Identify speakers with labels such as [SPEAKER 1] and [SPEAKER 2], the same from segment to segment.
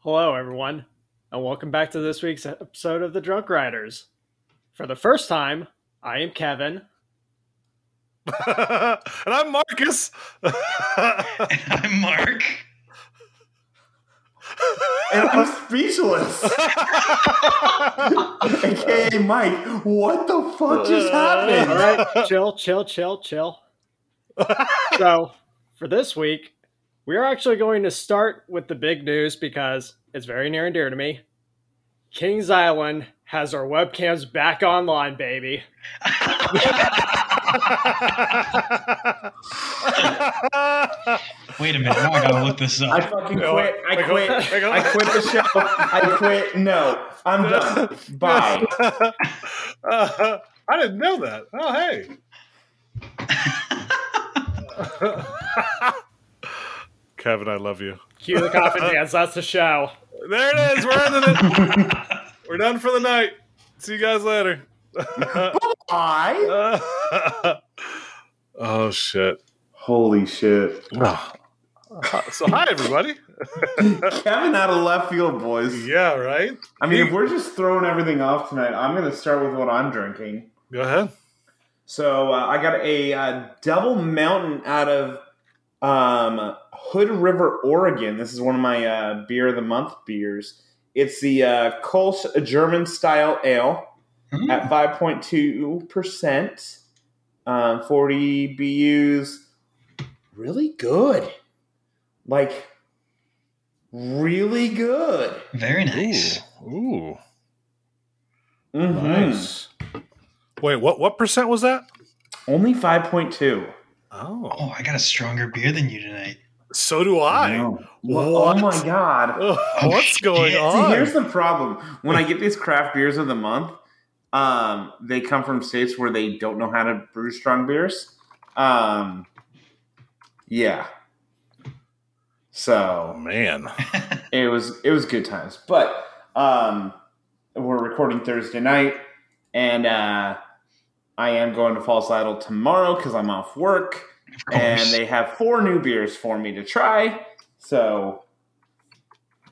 [SPEAKER 1] Hello, everyone, and welcome back to this week's episode of The Drunk Riders. For the first time, I am Kevin.
[SPEAKER 2] and I'm Marcus.
[SPEAKER 3] And I'm Mark.
[SPEAKER 4] And I'm speechless. AKA Mike, what the fuck just
[SPEAKER 1] All
[SPEAKER 4] happened?
[SPEAKER 1] right, chill, chill, chill, chill. so, for this week, we are actually going to start with the big news because it's very near and dear to me. Kings Island has our webcams back online, baby.
[SPEAKER 3] Wait a minute, now I gotta look this
[SPEAKER 4] I
[SPEAKER 3] up.
[SPEAKER 4] fucking
[SPEAKER 2] No,
[SPEAKER 4] quit. I
[SPEAKER 2] wait,
[SPEAKER 4] quit.
[SPEAKER 2] wait, wait.
[SPEAKER 4] I quit the show. I quit. No, I'm done. Bye.
[SPEAKER 2] Uh, I didn't know that. Oh, hey. Kevin, I love you.
[SPEAKER 1] Cue the coffin dance. That's the show.
[SPEAKER 2] There it is. We're ending it. We're done for the night. See you guys later.
[SPEAKER 4] Bye.
[SPEAKER 2] oh, shit.
[SPEAKER 4] Holy shit.
[SPEAKER 2] So, hi, everybody.
[SPEAKER 4] Kevin out of left field, boys.
[SPEAKER 2] Yeah, right?
[SPEAKER 4] I mean, if we're just throwing everything off tonight, I'm going to start with what I'm drinking.
[SPEAKER 2] Go ahead.
[SPEAKER 4] So uh, I got a uh, Devil Mountain out of um, Hood River, Oregon. This is one of my uh, beer of the month beers. It's the uh, Kolsch German style ale
[SPEAKER 3] Hmm.
[SPEAKER 4] at 5.2%, um, 40 BUs. Really good. Like, really good.
[SPEAKER 3] Very nice.
[SPEAKER 2] Ooh.
[SPEAKER 4] Mhm.
[SPEAKER 2] Nice. Wait, what, what percent was that?
[SPEAKER 4] Only 5.2.
[SPEAKER 2] Oh.
[SPEAKER 3] Oh, I got a stronger beer than you tonight.
[SPEAKER 2] So do I.
[SPEAKER 4] No. Well,
[SPEAKER 2] What?
[SPEAKER 4] Oh my god.
[SPEAKER 2] Oh, What's
[SPEAKER 3] shit.
[SPEAKER 2] going
[SPEAKER 3] See,
[SPEAKER 4] See,
[SPEAKER 2] on?
[SPEAKER 4] here's the problem. When I get these craft beers of the month, um, they come from states where they don't know how to brew strong beers. Um, yeah.
[SPEAKER 2] oh
[SPEAKER 4] So
[SPEAKER 2] man.
[SPEAKER 4] it was it was good times, but um, we're recording Thursday night, and uh, I am going to False Idol tomorrow because I'm off work,
[SPEAKER 3] Of course.
[SPEAKER 4] and they have four new beers for me to try. So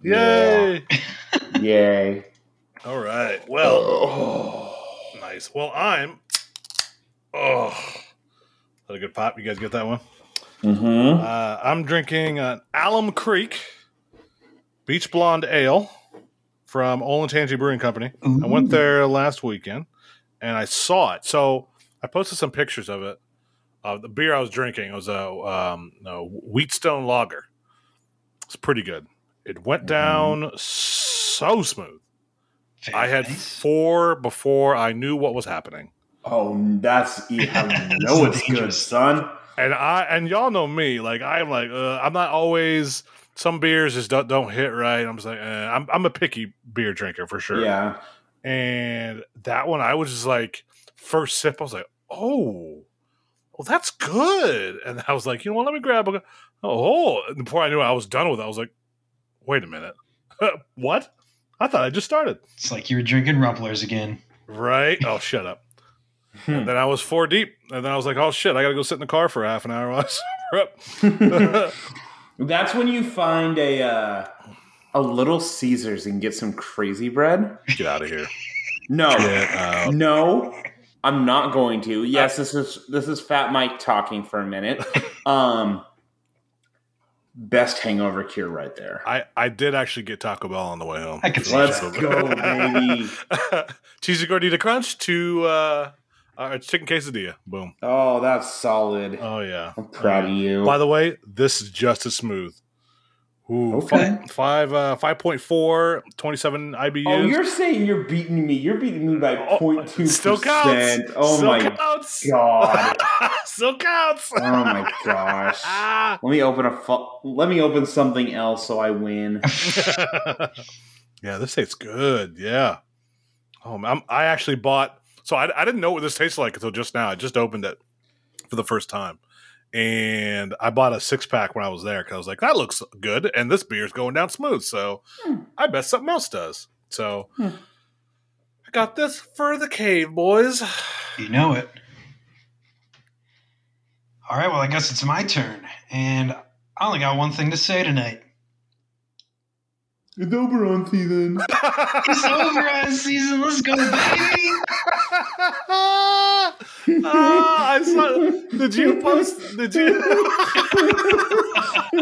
[SPEAKER 2] Yay.
[SPEAKER 4] yeah. yay!
[SPEAKER 2] All right. Well,
[SPEAKER 4] Oh.
[SPEAKER 2] nice. Well, I'm Oh. Is that a good pop? You guys get that one?
[SPEAKER 4] Mm-hmm.
[SPEAKER 2] Uh, I'm drinking an Alum Creek Beach Blonde Ale from Olentangy Brewing Company. I went there last weekend and I saw it. So I posted some pictures of it. Uh, the beer I was drinking was a, um, a Wheatstone Lager. It's pretty good. It went down so smooth.
[SPEAKER 3] Very
[SPEAKER 2] I had
[SPEAKER 3] nice.
[SPEAKER 2] four before I knew what was happening.
[SPEAKER 4] Oh, that's yeah, I
[SPEAKER 3] That's
[SPEAKER 4] know it's good,
[SPEAKER 3] dangerous.
[SPEAKER 4] son.
[SPEAKER 2] and I and y'all know me, like I'm like uh, I'm not always. Some beers just don't, don't hit right. I'm just like eh, I'm I'm a picky beer drinker for sure.
[SPEAKER 4] Yeah,
[SPEAKER 2] And that one, I was just like first sip, I was like, oh, well that's good. And I was like, you know what? Let me grab a. Oh, and before I knew it, I was done with. it. I was like, wait a minute, what? I thought I just started.
[SPEAKER 3] It's like you were drinking Rumplers again.
[SPEAKER 2] Right? Oh, shut up.
[SPEAKER 4] Hmm.
[SPEAKER 2] And then I was four deep, and then I was like, oh shit, I gotta go sit in the car for half an hour while I sober up.
[SPEAKER 4] that's when you find a uh, a little Caesars and get some crazy bread.
[SPEAKER 2] Get out of here.
[SPEAKER 4] No,
[SPEAKER 2] Get out. Uh,
[SPEAKER 4] no, I'm not going to. Yes, this is this is Fat Mike talking for a minute. Um, best hangover cure right there.
[SPEAKER 2] I, I did actually get Taco Bell on the way home.
[SPEAKER 3] I could see
[SPEAKER 4] Let's
[SPEAKER 3] that.
[SPEAKER 4] go, baby.
[SPEAKER 2] Cheesy Gordita Crunch to uh, uh, chicken quesadilla. Boom.
[SPEAKER 4] Oh, that's solid.
[SPEAKER 2] Oh, yeah.
[SPEAKER 4] I'm proud of you.
[SPEAKER 2] By the way, this is just as smooth. Ooh,
[SPEAKER 4] Okay.
[SPEAKER 2] five, five, uh, 5.4, 27 IBUs.
[SPEAKER 4] Oh, you're saying you're beating me. You're beating me by
[SPEAKER 2] Oh,
[SPEAKER 4] 0.2%.
[SPEAKER 2] Still counts.
[SPEAKER 4] Oh
[SPEAKER 2] Still
[SPEAKER 4] my
[SPEAKER 2] counts.
[SPEAKER 4] god.
[SPEAKER 2] Still counts.
[SPEAKER 4] Oh my gosh.
[SPEAKER 2] Ah.
[SPEAKER 4] Let me open a fu- let me open something else so I win.
[SPEAKER 2] yeah, this tastes good. Yeah. Oh, man, I'm, I actually bought. So I, I didn't know what this tasted like until just now. I just opened it for the first time, and I bought a six pack when I was there because I was like, "That looks good," and this beer's going down smooth. So I bet something else does. So I got this for the cave boys.
[SPEAKER 3] You know it. All right, well, I guess it's my turn, and I only got one thing to say tonight.
[SPEAKER 4] It's over on season.
[SPEAKER 3] It's over on season. Let's go, baby.
[SPEAKER 2] Ah, I saw. Did you post? Did you?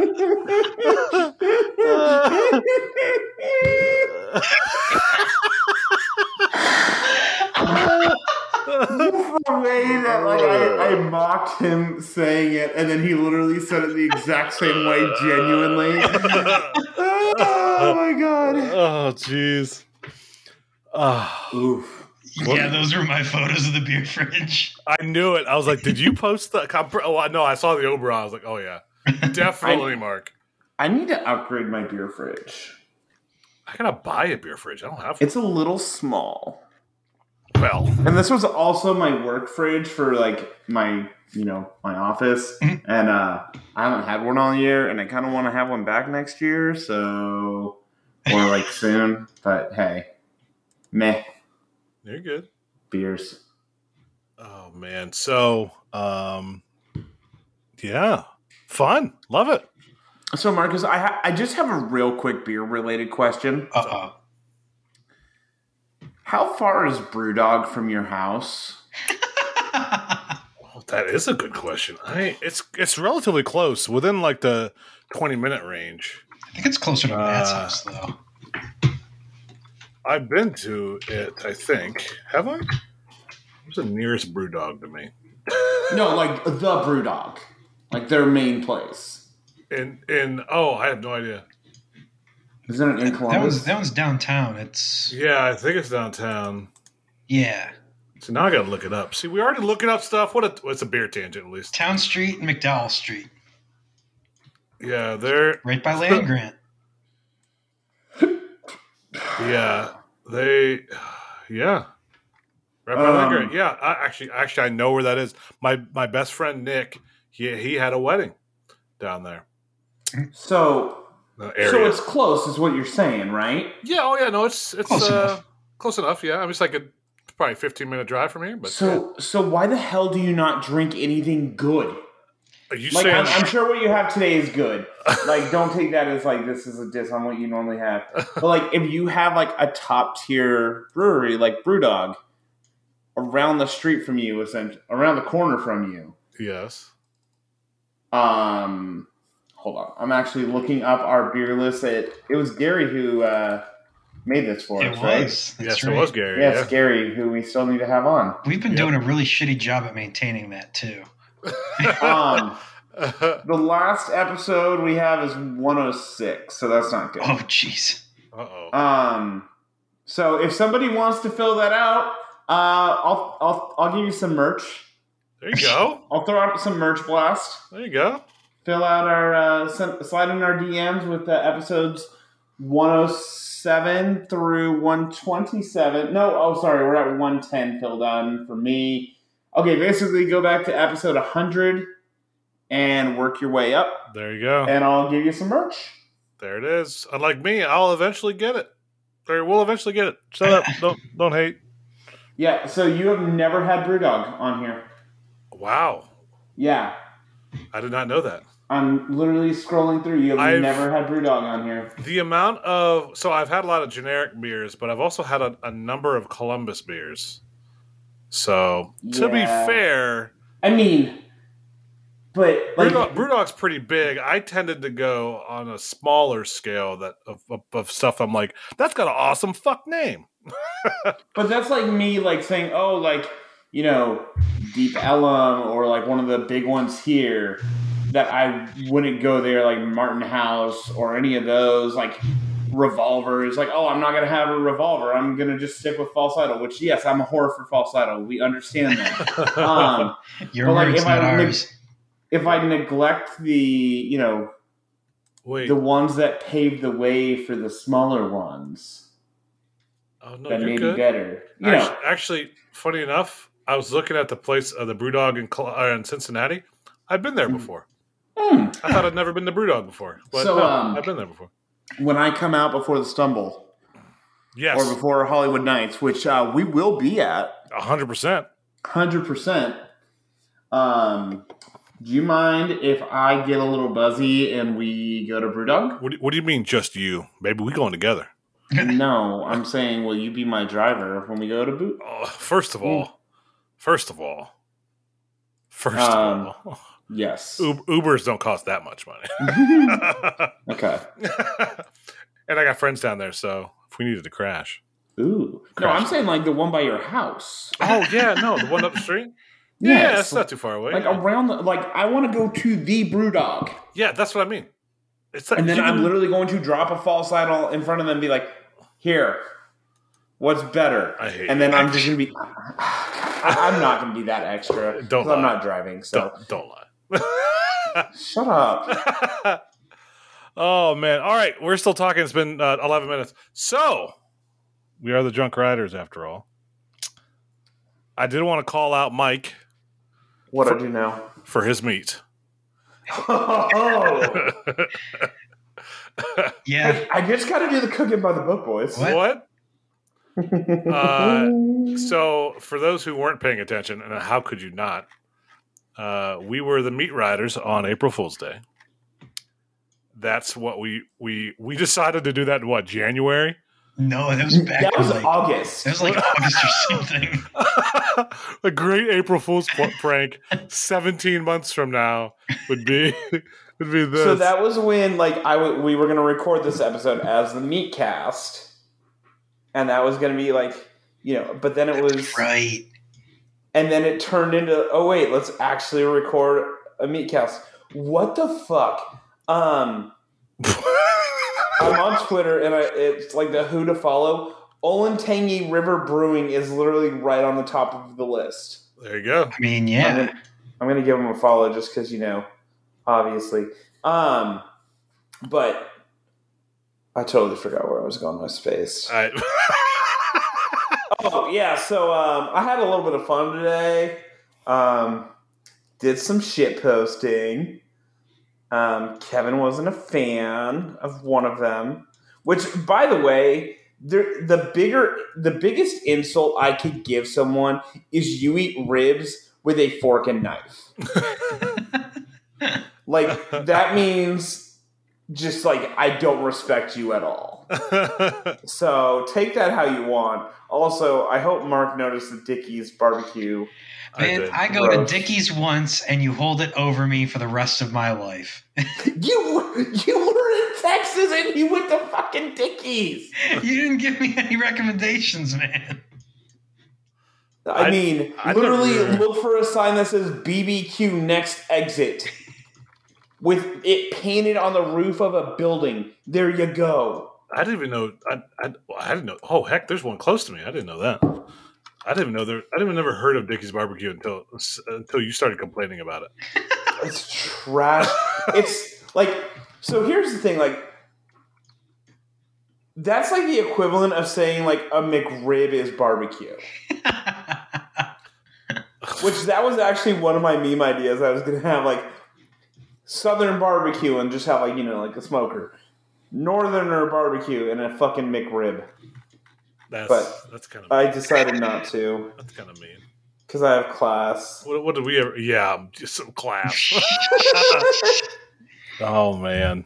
[SPEAKER 4] the way that like I, I mocked him saying it, and then he literally said it the exact same way, genuinely. oh my god!
[SPEAKER 2] Oh, jeez. Ah,
[SPEAKER 4] Oof.
[SPEAKER 3] Yeah, those were my photos of the beer fridge.
[SPEAKER 2] I knew it. I was like, "Did you post the?" comp- Oh, I- no, I saw the Oberon. I was like, "Oh yeah, definitely, Mark."
[SPEAKER 4] I need to upgrade my beer fridge.
[SPEAKER 2] I gotta buy a beer fridge. I don't have one.
[SPEAKER 4] It's a little small,
[SPEAKER 2] Well,
[SPEAKER 4] and this was also my work fridge for like my you know my office, and uh, I haven't had one all year, and I kind of want to have one back next year, so or like soon. But hey, meh
[SPEAKER 2] you're good.
[SPEAKER 4] beers.
[SPEAKER 2] Oh man, so um, yeah, fun, love it.
[SPEAKER 4] So, Marcus, I ha- I just have a real quick beer related question.
[SPEAKER 3] Uh oh.
[SPEAKER 4] How far is BrewDog from your house?
[SPEAKER 2] Oh, that is a good question. I it's it's relatively close, within like the twenty minute range.
[SPEAKER 3] I think it's closer to Matt's
[SPEAKER 2] Uh,
[SPEAKER 3] house, though.
[SPEAKER 2] I've been to it. I think have I? What's the nearest brew dog to me?
[SPEAKER 4] No, like the BrewDog, like their main place.
[SPEAKER 2] And and oh, I have no idea.
[SPEAKER 4] Isn't it in Columbus?
[SPEAKER 3] That was that was downtown. It's
[SPEAKER 2] Yeah, I think it's downtown.
[SPEAKER 3] yeah,
[SPEAKER 2] So now I gotta look it up. See, we already looking up stuff. What a it's a beer tangent at least.
[SPEAKER 3] Town Street and McDowell Street,
[SPEAKER 2] Yeah, they're
[SPEAKER 3] right by Land Grant.
[SPEAKER 2] Yeah, they. Yeah, right by
[SPEAKER 4] Um,
[SPEAKER 2] Langer. Yeah, I, actually, actually, I know where that is. My my best friend Nick, he he had a wedding down there.
[SPEAKER 4] so,
[SPEAKER 2] The
[SPEAKER 4] so
[SPEAKER 2] area.
[SPEAKER 4] it's close, is what you're saying, right?
[SPEAKER 2] yeah. Oh yeah. No, it's it's
[SPEAKER 3] Close
[SPEAKER 2] uh,
[SPEAKER 3] enough.
[SPEAKER 2] close enough. Yeah, I mean, it's like a probably fifteen minute drive from here. But
[SPEAKER 4] so, so why the hell do you not drink anything good?
[SPEAKER 2] are you
[SPEAKER 4] Like,
[SPEAKER 2] saying
[SPEAKER 4] I'm, I'm sure what you have today is good. Like, don't take that as like this is a diss on what you normally have. But like, if you have like a top tier brewery like BrewDog around the street from you, essentially around the corner from you,
[SPEAKER 2] yes?
[SPEAKER 4] um, hold on, I'm actually looking up our beer list. It it was Gary who uh, made this for
[SPEAKER 3] It
[SPEAKER 4] us,
[SPEAKER 3] was.
[SPEAKER 4] right?
[SPEAKER 3] That's
[SPEAKER 2] yes,
[SPEAKER 3] right.
[SPEAKER 2] it was Gary.
[SPEAKER 4] Yes,
[SPEAKER 2] yeah.
[SPEAKER 4] Gary, who we still need to have on.
[SPEAKER 3] We've been
[SPEAKER 2] Yep.
[SPEAKER 3] doing a really shitty job at maintaining that too.
[SPEAKER 4] Um, the last episode we have is 106, so that's not good.
[SPEAKER 3] Oh, jeez.
[SPEAKER 2] uh oh.
[SPEAKER 4] Um, so if somebody wants to fill that out, uh, I'll I'll I'll give you some merch.
[SPEAKER 2] There you go.
[SPEAKER 4] I'll throw out some merch blast.
[SPEAKER 2] There you go.
[SPEAKER 4] Fill out our uh, send, slide in our DMs with the episodes 107 through 127. No, oh sorry, we're at 110 filled on for me. Okay, basically go back to episode 100 and work your way up,
[SPEAKER 2] There you go.
[SPEAKER 4] and I'll give you some merch.
[SPEAKER 2] There it is. Unlike me, I'll eventually get it. Or we'll eventually get it. Shut up. don't don't hate.
[SPEAKER 4] Yeah, so you have never had BrewDog on here.
[SPEAKER 2] Wow.
[SPEAKER 4] Yeah,
[SPEAKER 2] I did not know that.
[SPEAKER 4] I'm literally scrolling through. You have
[SPEAKER 2] I've-
[SPEAKER 4] never had BrewDog on here.
[SPEAKER 2] The amount of so I've had a lot of generic beers, but I've also had a, a number of Columbus beers. So to be
[SPEAKER 4] Yeah.
[SPEAKER 2] fair,
[SPEAKER 4] I mean, but like,
[SPEAKER 2] Brewdog, Brewdog's pretty big. I tended to go on a smaller scale that of, of, of stuff. I'm like, that's got an awesome fuck name.
[SPEAKER 4] but that's like me like saying, oh, like you know, Deep Ellum or like one of the big ones here that I wouldn't go there, like Martin House or any of those, like revolvers. Like, oh, I'm not gonna have a revolver. I'm gonna just stick with falsetto. Which, yes, I'm a whore for falsetto. We understand that. um,
[SPEAKER 3] Your
[SPEAKER 4] But, like,
[SPEAKER 3] words,
[SPEAKER 4] if I
[SPEAKER 3] not
[SPEAKER 4] would-
[SPEAKER 3] ours.
[SPEAKER 4] if I neglect the, you know,
[SPEAKER 2] Wait.
[SPEAKER 4] the ones that paved the way for the smaller ones
[SPEAKER 2] oh no,
[SPEAKER 4] that
[SPEAKER 2] you're
[SPEAKER 4] may
[SPEAKER 2] good.
[SPEAKER 4] be better. You know,
[SPEAKER 2] Actually, actually, funny enough, I was looking at the place of the Brewdog in, Col- uh, in Cincinnati. I've been there
[SPEAKER 4] Mhm.
[SPEAKER 2] before.
[SPEAKER 4] Hmm.
[SPEAKER 2] I thought I'd never been to Brewdog before, but
[SPEAKER 4] So,
[SPEAKER 2] no,
[SPEAKER 4] um,
[SPEAKER 2] I've been there before.
[SPEAKER 4] when I come out before the stumble
[SPEAKER 2] Yes,
[SPEAKER 4] or before Hollywood Nights, which uh, we will be at
[SPEAKER 2] hundred percent.
[SPEAKER 4] hundred percent, um, Do you mind if I get a little buzzy and we go to Brewdog?
[SPEAKER 2] What do, what do you mean, just you? Maybe we going together.
[SPEAKER 4] no, I'm saying, will you be my driver when we go to Boot?
[SPEAKER 2] Oh, first of all, first of all, first
[SPEAKER 4] Um,
[SPEAKER 2] of all,
[SPEAKER 4] Yes.
[SPEAKER 2] Ub- Ubers don't cost that much money.
[SPEAKER 4] okay.
[SPEAKER 2] and I got friends down there, so if we needed to crash.
[SPEAKER 4] Ooh. No,
[SPEAKER 2] Crash.
[SPEAKER 4] I'm saying like the one by your house.
[SPEAKER 2] Oh yeah, no, the one up the street. Yeah,
[SPEAKER 4] Yes.
[SPEAKER 2] that's not too far away.
[SPEAKER 4] like around the like I want to go to the Brewdog,
[SPEAKER 2] yeah, that's what I mean. It's like,
[SPEAKER 4] and then
[SPEAKER 2] you
[SPEAKER 4] I'm
[SPEAKER 2] can-
[SPEAKER 4] literally going to drop a false idol in front of them, and be like, "Here, what's better?"
[SPEAKER 2] I hate
[SPEAKER 4] And then I'm just gonna be. I'm not gonna be that extra. 'cause
[SPEAKER 2] Don't
[SPEAKER 4] I'm
[SPEAKER 2] lie.
[SPEAKER 4] not driving, so
[SPEAKER 2] don't don't lie.
[SPEAKER 4] shut up.
[SPEAKER 2] oh man! All right, we're still talking. It's been uh, eleven minutes, so we are the drunk riders after all. I did want to call out Mike
[SPEAKER 4] What do I do now?
[SPEAKER 2] for his meat.
[SPEAKER 4] Oh,
[SPEAKER 3] Yeah.
[SPEAKER 4] I just got to do the cooking by the book, boys.
[SPEAKER 2] What? Uh, so, for those who weren't paying attention, and how could you not? Uh, we were the meat riders on April Fool's Day. That's what we we we decided to do that in what January.
[SPEAKER 3] No, that was back
[SPEAKER 4] That
[SPEAKER 3] in
[SPEAKER 4] was
[SPEAKER 3] like,
[SPEAKER 4] August.
[SPEAKER 3] that was like August or something.
[SPEAKER 2] a great April Fool's pl- prank. Seventeen months from now would be would be this.
[SPEAKER 4] So that was when like I w- we were gonna record this episode as the meat cast, and that was gonna be like you know, but then it was,
[SPEAKER 3] Right.
[SPEAKER 4] and then it turned into oh wait, let's actually record a meat cast. What the fuck? Um, I'm on Twitter, and I, it's like the who to follow. Olentangy River Brewing is literally right on the top of the list.
[SPEAKER 2] there you go.
[SPEAKER 3] I mean,
[SPEAKER 4] I'm
[SPEAKER 3] yeah.
[SPEAKER 4] gonna, I'm gonna give him a follow just because you know, obviously. Um, but I totally forgot where I was going with space.
[SPEAKER 2] All right.
[SPEAKER 4] Oh yeah, so um, I had a little bit of fun today. Um, did some shit posting. Um, Kevin wasn't a fan of one of them, which, by the way, there- the bigger, the biggest insult I could give someone is you eat ribs with a fork and knife. like that means just like I don't respect you at all. So take that how you want. Also, I hope Mark noticed the Dickies barbecue.
[SPEAKER 2] did.
[SPEAKER 3] Man, I, go
[SPEAKER 4] Gross.
[SPEAKER 3] to Dickie's once and you hold it over me for the rest of my life.
[SPEAKER 4] You you were in Texas and you went to fucking Dickies.
[SPEAKER 3] you didn't give me any recommendations, man.
[SPEAKER 4] I,
[SPEAKER 2] I-
[SPEAKER 4] mean,
[SPEAKER 2] I
[SPEAKER 4] literally
[SPEAKER 2] never-
[SPEAKER 4] look for a sign that says BBQ next exit with it painted on the roof of a building. There you go.
[SPEAKER 2] I didn't even know. I, I I didn't know. Oh heck, there's one close to me. I didn't know that. I didn't even know there. I didn't even never heard of Dickie's Barbecue until until you started complaining about it.
[SPEAKER 4] It's trash. it's like so here's the thing like that's like the equivalent of saying like a McRib is barbecue. Which that was actually one of my meme ideas. I was gonna have like Southern barbecue and just have like you know like a smoker, Northerner barbecue and a fucking McRib.
[SPEAKER 2] That's
[SPEAKER 4] But
[SPEAKER 2] that's kind of
[SPEAKER 4] I decided not to
[SPEAKER 2] that's kind of mean.
[SPEAKER 4] because I have class.
[SPEAKER 2] What, what did we ever? Yeah, just some class. oh man.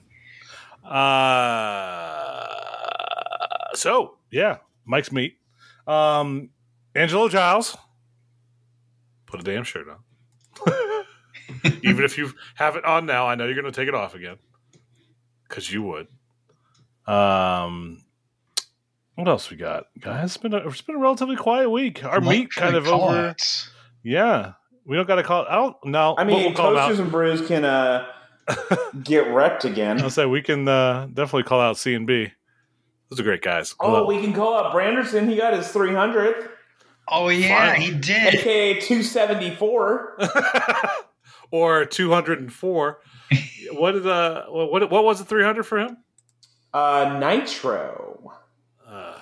[SPEAKER 2] Uh, so yeah, Mike's meat. Um, Angelo Giles, put a damn shirt on. Even if you have it on now, I know you're going to take it off again because you would. Um, what else we got, guys? It's been a, it's been a relatively quiet week. Our
[SPEAKER 3] Like,
[SPEAKER 2] meat kind
[SPEAKER 3] the
[SPEAKER 2] of over.
[SPEAKER 3] call-outs.
[SPEAKER 2] Yeah, we don't got to call. I don't. No,
[SPEAKER 4] I mean,
[SPEAKER 2] we'll, we'll call him
[SPEAKER 4] coaches
[SPEAKER 2] out.
[SPEAKER 4] and brews can uh, get wrecked again.
[SPEAKER 2] I'll say we can uh, definitely call out C and B. Those are great guys. I
[SPEAKER 4] Oh,
[SPEAKER 2] love-
[SPEAKER 4] we can call up Branderson. He got his 300th,
[SPEAKER 3] Oh, yeah,
[SPEAKER 2] Fine.
[SPEAKER 3] he did.
[SPEAKER 4] aka 274.
[SPEAKER 2] or two hundred and four. what did uh what what was the three hundred for him?
[SPEAKER 4] Uh, Nitro,
[SPEAKER 2] Uh,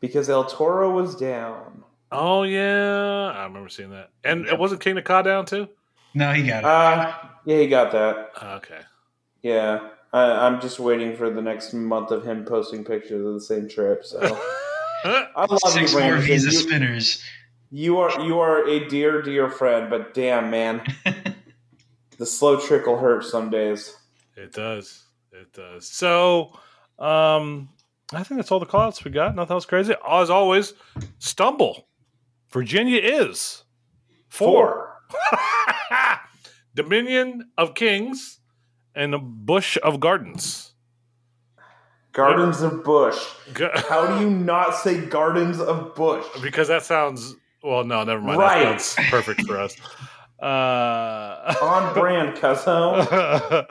[SPEAKER 4] because El Toro was down.
[SPEAKER 2] oh yeah, I remember seeing that. And it wasn't King of Ka down too.
[SPEAKER 3] No, he got it.
[SPEAKER 4] Uh, yeah, he got that.
[SPEAKER 2] Uh, okay,
[SPEAKER 4] Yeah, I, I'm just waiting for the next month of him posting pictures of the same trip. So I love
[SPEAKER 3] Six
[SPEAKER 4] you,
[SPEAKER 3] more
[SPEAKER 4] Brandon.
[SPEAKER 3] Visa
[SPEAKER 4] You,
[SPEAKER 3] spinners.
[SPEAKER 4] You are you are a dear dear friend, but damn man, the slow trickle hurts some days.
[SPEAKER 2] It does. It does. So, um, I think that's all the callouts we got. Nothing else crazy. As always, stumble. Virginia is four. Dominion of Kings and the Bush of Gardens.
[SPEAKER 4] Gardens of Bush.
[SPEAKER 2] G-
[SPEAKER 4] How do you not say Gardens of Bush?
[SPEAKER 2] because that sounds well. No, never mind.
[SPEAKER 4] Right.
[SPEAKER 2] That sounds perfect for us. Uh,
[SPEAKER 4] On brand, Cuzzo.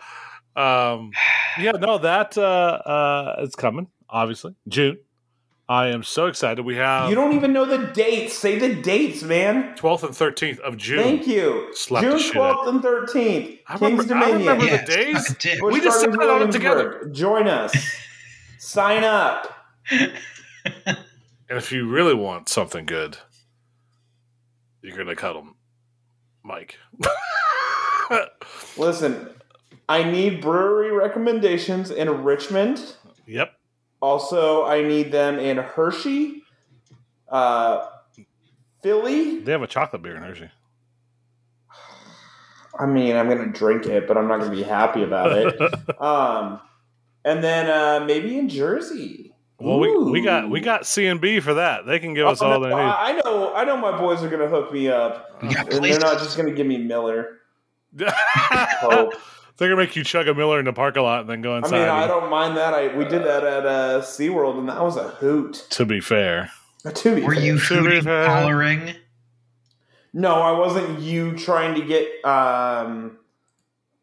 [SPEAKER 2] um, yeah, no, that uh, uh, it's coming. Obviously, June. I am so excited. We
[SPEAKER 4] You
[SPEAKER 2] have
[SPEAKER 4] don't even know the dates. Say the dates, man.
[SPEAKER 2] twelfth and thirteenth of June.
[SPEAKER 4] Thank you.
[SPEAKER 2] Slap the
[SPEAKER 4] June
[SPEAKER 2] shit
[SPEAKER 4] twelfth and thirteenth.
[SPEAKER 2] I remember,
[SPEAKER 4] King's
[SPEAKER 2] I
[SPEAKER 4] Dominion.
[SPEAKER 2] remember
[SPEAKER 3] Yeah,
[SPEAKER 2] the days.
[SPEAKER 3] suck a dick.
[SPEAKER 4] Busch
[SPEAKER 2] We just
[SPEAKER 4] Gardens,
[SPEAKER 2] sat on it
[SPEAKER 4] Williamsburg. Join us. Sign up.
[SPEAKER 2] And if you really want something good, you're gonna cuddle Mike.
[SPEAKER 4] Listen, I need brewery recommendations in Richmond.
[SPEAKER 2] yep.
[SPEAKER 4] Also, I need them in Hershey, uh, Philly.
[SPEAKER 2] They have a chocolate beer in Hershey.
[SPEAKER 4] I mean, I'm gonna drink it, but I'm not gonna be happy about it. Um, and then uh, maybe in Jersey.
[SPEAKER 2] well, we, we got we
[SPEAKER 4] Ooh.
[SPEAKER 2] got C and B for that. They can give us
[SPEAKER 4] Oh,
[SPEAKER 2] all they
[SPEAKER 4] no,
[SPEAKER 2] need.
[SPEAKER 4] I I know, I know. My boys are gonna hook me up,
[SPEAKER 3] We got
[SPEAKER 4] and they're
[SPEAKER 3] places.
[SPEAKER 4] not just gonna give me Miller.
[SPEAKER 2] They're
[SPEAKER 4] Hope.
[SPEAKER 2] gonna make you chug a Miller in the parking lot and then go
[SPEAKER 4] I
[SPEAKER 2] inside.
[SPEAKER 4] mean, I
[SPEAKER 2] and-
[SPEAKER 4] don't mind that. I we did that at uh, SeaWorld, and that was a hoot.
[SPEAKER 2] to be fair,
[SPEAKER 4] To be
[SPEAKER 3] Were
[SPEAKER 4] fair.
[SPEAKER 3] you
[SPEAKER 2] To be
[SPEAKER 3] hooting,
[SPEAKER 2] fair.
[SPEAKER 3] hollering?
[SPEAKER 4] No, I wasn't. You trying to get um,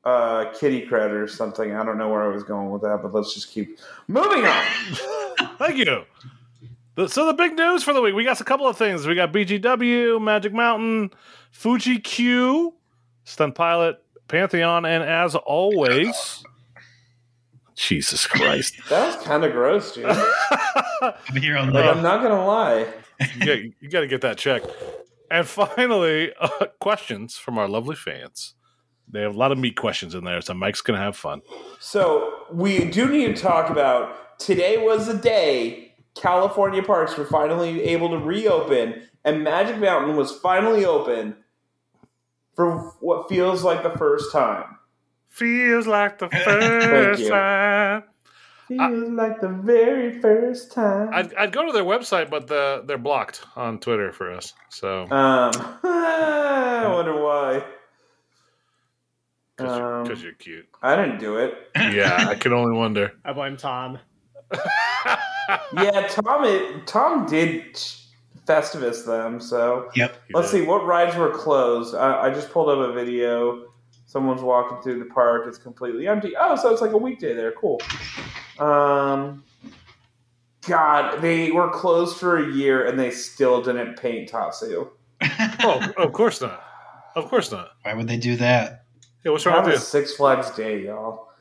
[SPEAKER 4] uh, kitty credit or something? I don't know where I was going with that, but let's just keep moving on.
[SPEAKER 2] thank you. The- So the big news for the week, we got a couple of things. We got BGW, Magic Mountain, Fuji Q, Stunt Pilot, Pantheon, and as always, Jesus Christ,
[SPEAKER 4] That was kind of gross, dude.
[SPEAKER 3] I'm here on
[SPEAKER 4] Like,
[SPEAKER 3] the
[SPEAKER 4] I'm not gonna lie.
[SPEAKER 2] yeah, you got to get that checked. And finally, uh, questions from our lovely fans. They have a lot of meat questions in there, so Mike's gonna have fun.
[SPEAKER 4] So we do need to talk about today was the day California parks were finally able to reopen and Magic Mountain was finally open for what feels like the first time.
[SPEAKER 2] Feels like the
[SPEAKER 4] Thank
[SPEAKER 2] first
[SPEAKER 4] you.
[SPEAKER 2] time.
[SPEAKER 4] Feels
[SPEAKER 2] I-
[SPEAKER 4] like the very first time.
[SPEAKER 2] I'd, I'd go to their website, but the, they're blocked on Twitter for us. So
[SPEAKER 4] um, I wonder why.
[SPEAKER 2] because you're,
[SPEAKER 4] Um,
[SPEAKER 2] 'cause you're cute.
[SPEAKER 4] I didn't do it.
[SPEAKER 2] Yeah, I can only wonder.
[SPEAKER 1] I blame Tom.
[SPEAKER 4] Yeah, Tom. It, Tom did Festivus them. So
[SPEAKER 3] Yep.
[SPEAKER 4] Let's see what rides were closed. I, I just pulled up a video. Someone's walking through the park. It's completely empty. Oh, so it's like a weekday there. Cool. Um, God, they were closed for a year and they still didn't paint Tatsu.
[SPEAKER 2] Oh, of course not. Of course not.
[SPEAKER 3] Why would they do that?
[SPEAKER 2] Yeah, what's wrong
[SPEAKER 4] Have a
[SPEAKER 2] with
[SPEAKER 4] Six Flags day, y'all.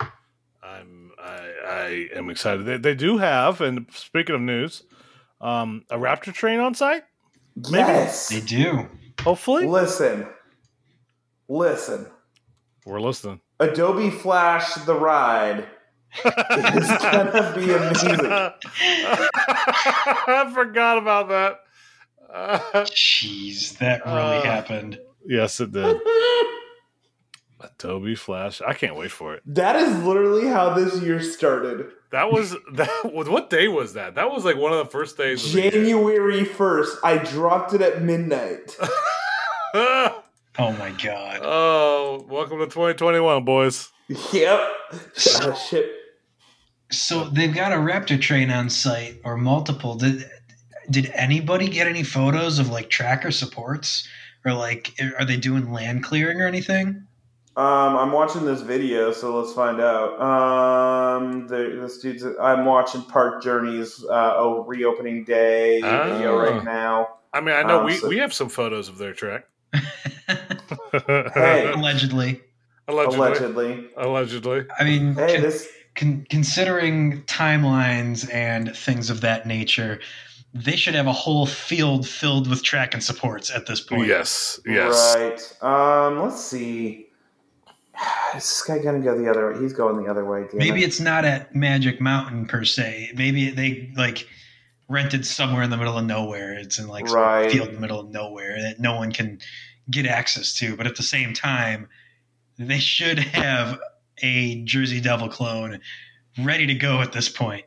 [SPEAKER 2] you? I'm I, I am excited. They, they do have, and speaking of news, um, a Raptor train on site.
[SPEAKER 4] Yes.
[SPEAKER 3] They do.
[SPEAKER 2] Hopefully,
[SPEAKER 4] Listen, listen.
[SPEAKER 2] we're listening.
[SPEAKER 4] Adobe Flash the ride is gonna be amazing.
[SPEAKER 2] I forgot about that. Uh,
[SPEAKER 3] Jeez, that really
[SPEAKER 2] Uh,
[SPEAKER 3] happened.
[SPEAKER 2] yes, it did. Adobe Flash. I can't wait for it.
[SPEAKER 4] that is literally how this year started.
[SPEAKER 2] That was that was what day was that? That was like one of the first days. Of the year.
[SPEAKER 4] January 1st, I dropped it at midnight.
[SPEAKER 3] Oh my god.
[SPEAKER 2] oh, welcome to 2021, boys.
[SPEAKER 4] yep. Ah, shit.
[SPEAKER 3] So they've got a raptor train on site or multiple. Did did anybody get any photos of like tracker supports or like are they doing land clearing or anything?
[SPEAKER 4] Um, I'm watching this video, so let's find out. Um, the, this dude's. I'm watching Park Journey's uh, oh, reopening day video
[SPEAKER 2] Oh.
[SPEAKER 4] right now.
[SPEAKER 2] I mean, I know
[SPEAKER 4] Um,
[SPEAKER 2] we,
[SPEAKER 4] so-
[SPEAKER 2] we have some photos of their track.
[SPEAKER 4] Hey.
[SPEAKER 3] Allegedly.
[SPEAKER 2] allegedly,
[SPEAKER 4] Allegedly.
[SPEAKER 2] allegedly.
[SPEAKER 3] I mean,
[SPEAKER 4] Hey,
[SPEAKER 3] con-
[SPEAKER 4] this.
[SPEAKER 3] con- considering timelines and things of that nature, they should have a whole field filled with track and supports at this point.
[SPEAKER 2] Yes, yes.
[SPEAKER 4] Right. Um, let's see. Is this guy gonna go the other way? He's going the other way. damn
[SPEAKER 3] Maybe
[SPEAKER 4] it.
[SPEAKER 3] it's not at Magic Mountain per se. Maybe they like rented somewhere in the middle of nowhere. It's in like some
[SPEAKER 4] Right.
[SPEAKER 3] field in the middle of nowhere that no one can get access to. But at the same time, they should have a Jersey Devil clone ready to go at this point.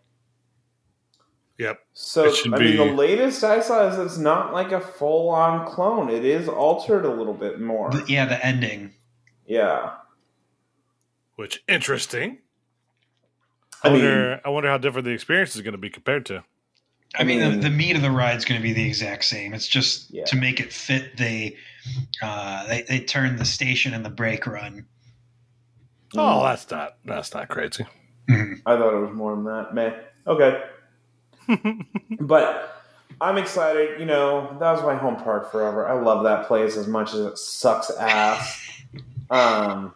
[SPEAKER 4] So
[SPEAKER 2] It should
[SPEAKER 4] I mean, the
[SPEAKER 2] be-
[SPEAKER 4] latest I saw is it's not like a full-on clone. It is altered a little bit more.
[SPEAKER 3] But yeah, the ending.
[SPEAKER 4] Yeah,
[SPEAKER 2] Which interesting. I
[SPEAKER 4] I mean-
[SPEAKER 2] wonder. I wonder how different the experience is going to be compared to.
[SPEAKER 3] I mean,
[SPEAKER 4] Mm.
[SPEAKER 3] the, the meat of the ride's going to be the exact same. It's just
[SPEAKER 4] Yeah.
[SPEAKER 3] to make it fit. They uh, they they turn the station and the brake run.
[SPEAKER 2] Oh, that's not. That's not crazy.
[SPEAKER 3] Mhm.
[SPEAKER 4] I thought it was more than that. Man, okay, but I'm excited. You know, that was my home park forever. I love that place as much as it sucks ass. um,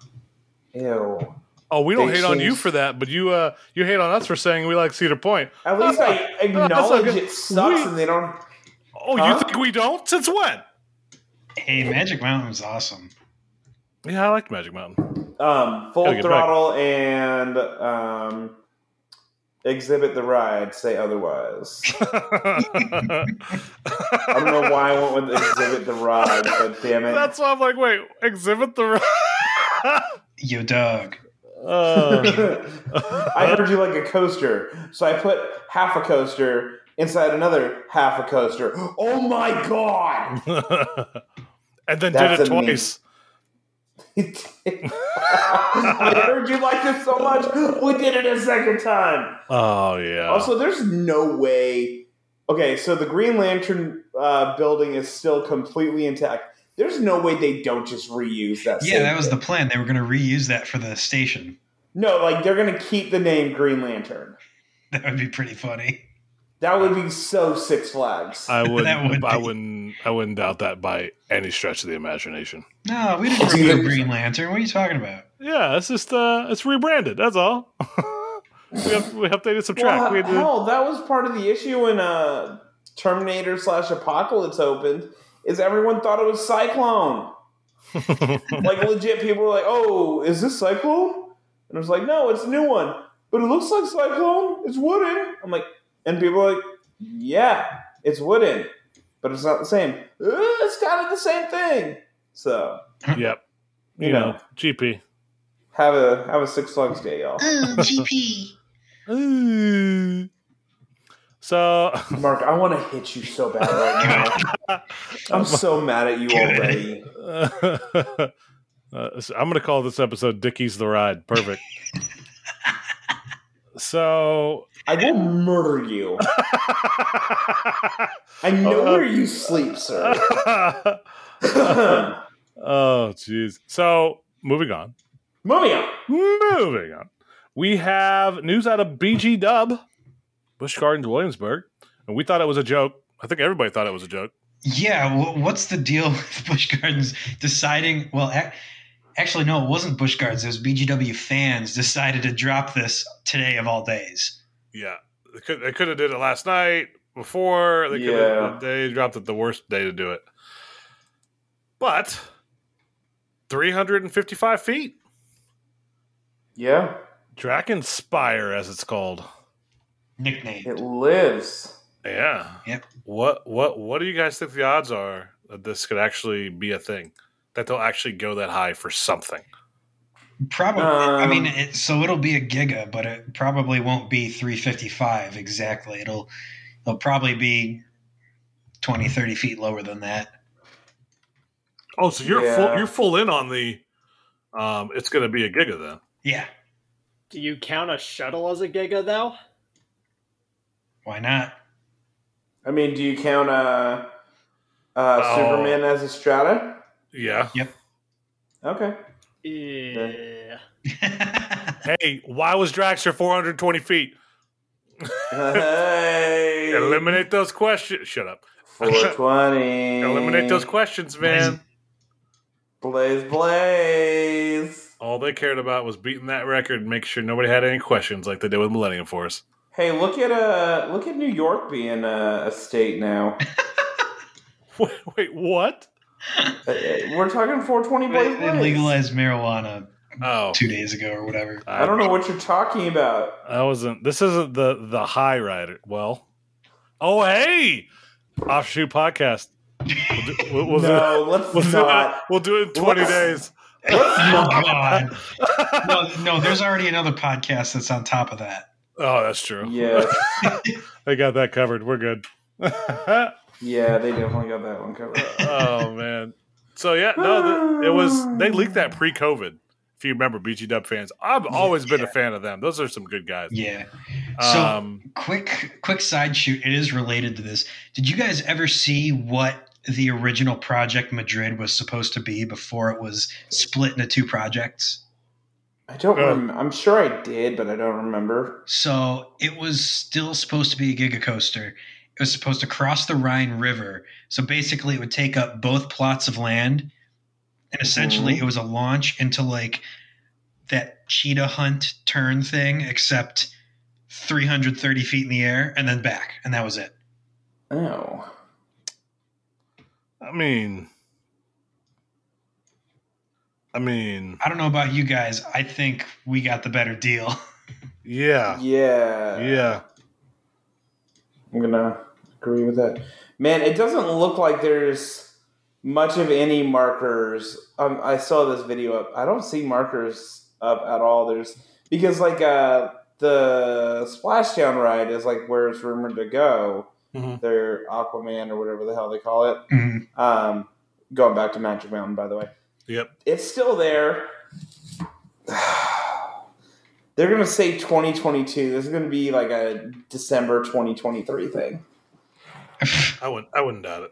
[SPEAKER 4] ew.
[SPEAKER 2] oh, we don't
[SPEAKER 4] Big
[SPEAKER 2] hate on you
[SPEAKER 4] shoes.
[SPEAKER 2] for that, but you uh you hate on us for saying we like Cedar Point.
[SPEAKER 4] At least I acknowledge
[SPEAKER 2] good.
[SPEAKER 4] it sucks
[SPEAKER 2] We-
[SPEAKER 4] and they don't.
[SPEAKER 2] Oh,
[SPEAKER 4] Huh?
[SPEAKER 2] you think we don't? Since when?
[SPEAKER 3] Hey, Magic Mountain was awesome.
[SPEAKER 2] Yeah, I liked Magic Mountain.
[SPEAKER 4] Um, full
[SPEAKER 2] Gotta get back.
[SPEAKER 4] throttle and um, exhibit the ride. Say otherwise. I don't know why I went with exhibit the ride, but damn it.
[SPEAKER 2] That's why I'm like, wait, exhibit the.
[SPEAKER 3] Yo, Doug.
[SPEAKER 2] uh,
[SPEAKER 4] I heard you like a coaster, so I put half a coaster inside another half a coaster. Oh my god!
[SPEAKER 2] and then
[SPEAKER 4] That's
[SPEAKER 2] did it
[SPEAKER 4] a meme.
[SPEAKER 2] twice.
[SPEAKER 4] I heard you like this so much. We did it a second time.
[SPEAKER 2] Oh yeah.
[SPEAKER 4] Also, there's no way. Okay, so the Green Lantern uh, building is still completely intact. There's no way they don't just reuse that.
[SPEAKER 3] Yeah,
[SPEAKER 4] same
[SPEAKER 3] that was
[SPEAKER 4] thing.
[SPEAKER 3] the plan. They were going to reuse that for the station.
[SPEAKER 4] no. Like they're gonna keep the name Green Lantern.
[SPEAKER 3] That would be pretty funny.
[SPEAKER 4] That would be so Six Flags.
[SPEAKER 2] I wouldn't.
[SPEAKER 3] would
[SPEAKER 2] I
[SPEAKER 3] be-
[SPEAKER 2] wouldn't. I wouldn't doubt that by any stretch of the imagination.
[SPEAKER 3] No, we didn't
[SPEAKER 4] Dude.
[SPEAKER 3] remove Green Lantern. What are you talking about?
[SPEAKER 2] Yeah, it's just uh, it's rebranded. That's all. we, up, we updated some track.
[SPEAKER 4] Well,
[SPEAKER 2] we had to-
[SPEAKER 4] hell, that was part of the issue when uh, Terminator slash Apocalypse opened. Is everyone thought it was Cyclone? like legit, people were like, "Oh, is this Cyclone?" And I was like, "No, it's a new one, but it looks like Cyclone. It's wooden." I'm like, and people are like, "Yeah, it's wooden, but it's not the same. Uh, it's kind of the same thing." So
[SPEAKER 2] yep. You,
[SPEAKER 4] You
[SPEAKER 2] know,
[SPEAKER 4] know.
[SPEAKER 2] GP.
[SPEAKER 4] have a have a Six Flags day, y'all.
[SPEAKER 2] Ooh. So
[SPEAKER 4] Mark, I want to hit you so bad right now. I'm so mad at you already.
[SPEAKER 2] uh, so I'm going to call this episode "Dickie's the Ride." Perfect. so
[SPEAKER 4] I will murder you. I know
[SPEAKER 2] Uh,
[SPEAKER 4] where you sleep, sir. Moving
[SPEAKER 2] Oh, jeez. So moving on.
[SPEAKER 4] on.
[SPEAKER 2] Moving on. We have news out of BG Dub, Busch Gardens, Williamsburg. And we thought it was a joke. I think everybody thought it was a joke.
[SPEAKER 3] Yeah, wh- what's the deal with Bush Gardens deciding? Well, ac- actually, no, it wasn't Bush Gardens. It was BGW fans decided to drop this today of all days.
[SPEAKER 2] Yeah. They could they could have did it last night, before. They could
[SPEAKER 4] Yeah.
[SPEAKER 2] have they dropped it the worst day to do it. But 355 feet.
[SPEAKER 4] Yeah,
[SPEAKER 2] Drakenspire, as it's called.
[SPEAKER 3] Nickname.
[SPEAKER 4] it lives.
[SPEAKER 2] Yeah.
[SPEAKER 3] Yep.
[SPEAKER 2] What what what do you guys think the odds are that this could actually be a thing? That they'll actually go that high for something?
[SPEAKER 3] Probably.
[SPEAKER 4] Um,
[SPEAKER 3] I mean, it, so it'll be a giga, but it probably won't be 355 exactly. It'll it'll probably be 20, 30 feet lower than that.
[SPEAKER 2] Oh, so you're
[SPEAKER 4] Yeah.
[SPEAKER 2] full you're full in on the um it's gonna be a giga then.
[SPEAKER 3] Yeah,
[SPEAKER 1] Do you count a shuttle as a giga though?
[SPEAKER 3] why not?
[SPEAKER 4] I mean, do you count uh, uh,
[SPEAKER 2] Oh.
[SPEAKER 4] Superman as a strata?
[SPEAKER 2] Yeah.
[SPEAKER 4] Okay.
[SPEAKER 1] Yeah.
[SPEAKER 2] Hey, why was Draxler four hundred and twenty feet?
[SPEAKER 4] Hey.
[SPEAKER 2] Eliminate those questions. Shut up.
[SPEAKER 4] 420.
[SPEAKER 2] Eliminate those questions, man.
[SPEAKER 4] Blaze, blaze.
[SPEAKER 2] All they cared about was beating that record and make sure nobody had any questions like they did with Millennium Force.
[SPEAKER 4] Hey, look at uh, look at New York being uh, a, a state now.
[SPEAKER 2] Wait, wait what?
[SPEAKER 4] Uh, uh, We're talking 420
[SPEAKER 3] They,
[SPEAKER 4] blaze,
[SPEAKER 3] they
[SPEAKER 4] blaze.
[SPEAKER 3] legalized marijuana
[SPEAKER 2] Oh,
[SPEAKER 3] two days ago or whatever.
[SPEAKER 4] I don't know what you're talking about.
[SPEAKER 2] I wasn't. This isn't the the high rider. Well, Oh, hey, offshoot podcast. We'll do, we'll, we'll do,
[SPEAKER 4] no, let's
[SPEAKER 2] we'll do it,
[SPEAKER 4] not.
[SPEAKER 2] we'll do it in 20
[SPEAKER 4] Let's-
[SPEAKER 2] days.
[SPEAKER 4] Let's
[SPEAKER 3] Oh
[SPEAKER 4] not.
[SPEAKER 3] God! No, no, there's already another podcast that's on top of that.
[SPEAKER 2] Oh, that's true.
[SPEAKER 4] Yes.
[SPEAKER 2] They got that covered. We're good. oh
[SPEAKER 4] Yeah, they definitely got that one covered. up.
[SPEAKER 2] man. So yeah, no, th- it was they leaked that pre-COVID. If you remember, BG Dub fans, I've always been a fan of them. Those are some good guys.
[SPEAKER 3] Yeah. So-
[SPEAKER 2] Um,
[SPEAKER 3] Quick, quick side shoot. It is related to this. Did you guys ever see what the original Project Madrid was supposed to be before it was split into two projects?
[SPEAKER 4] I don't.
[SPEAKER 2] Yeah.
[SPEAKER 4] Rem- I'm sure I did, but I don't remember.
[SPEAKER 3] So it was still supposed to be a giga coaster. It was supposed to cross the Rhine River. So basically, it would take up both plots of land. And essentially, it was a launch into like that cheetah hunt turn thing, except 330 feet in the air and then back. And that was it.
[SPEAKER 4] Oh,
[SPEAKER 2] I mean, I mean,
[SPEAKER 3] I don't know about you guys. I think we got the better deal.
[SPEAKER 2] yeah,
[SPEAKER 4] yeah,
[SPEAKER 2] yeah.
[SPEAKER 4] I'm gonna agree with that. Man, it doesn't look like there's much of any markers. Um, I saw this video up. I don't see markers up at all. There's because like uh the splashdown ride is like where it's rumored to go.
[SPEAKER 2] Mhm.
[SPEAKER 4] Their Aquaman or whatever the hell they call it.
[SPEAKER 3] Mhm.
[SPEAKER 4] Um, going back to Magic Mountain, by the way.
[SPEAKER 2] Yep.
[SPEAKER 4] It's still there. They're gonna say 2022. This is gonna be like a December 2023 thing.
[SPEAKER 2] I wouldn't. I wouldn't doubt it.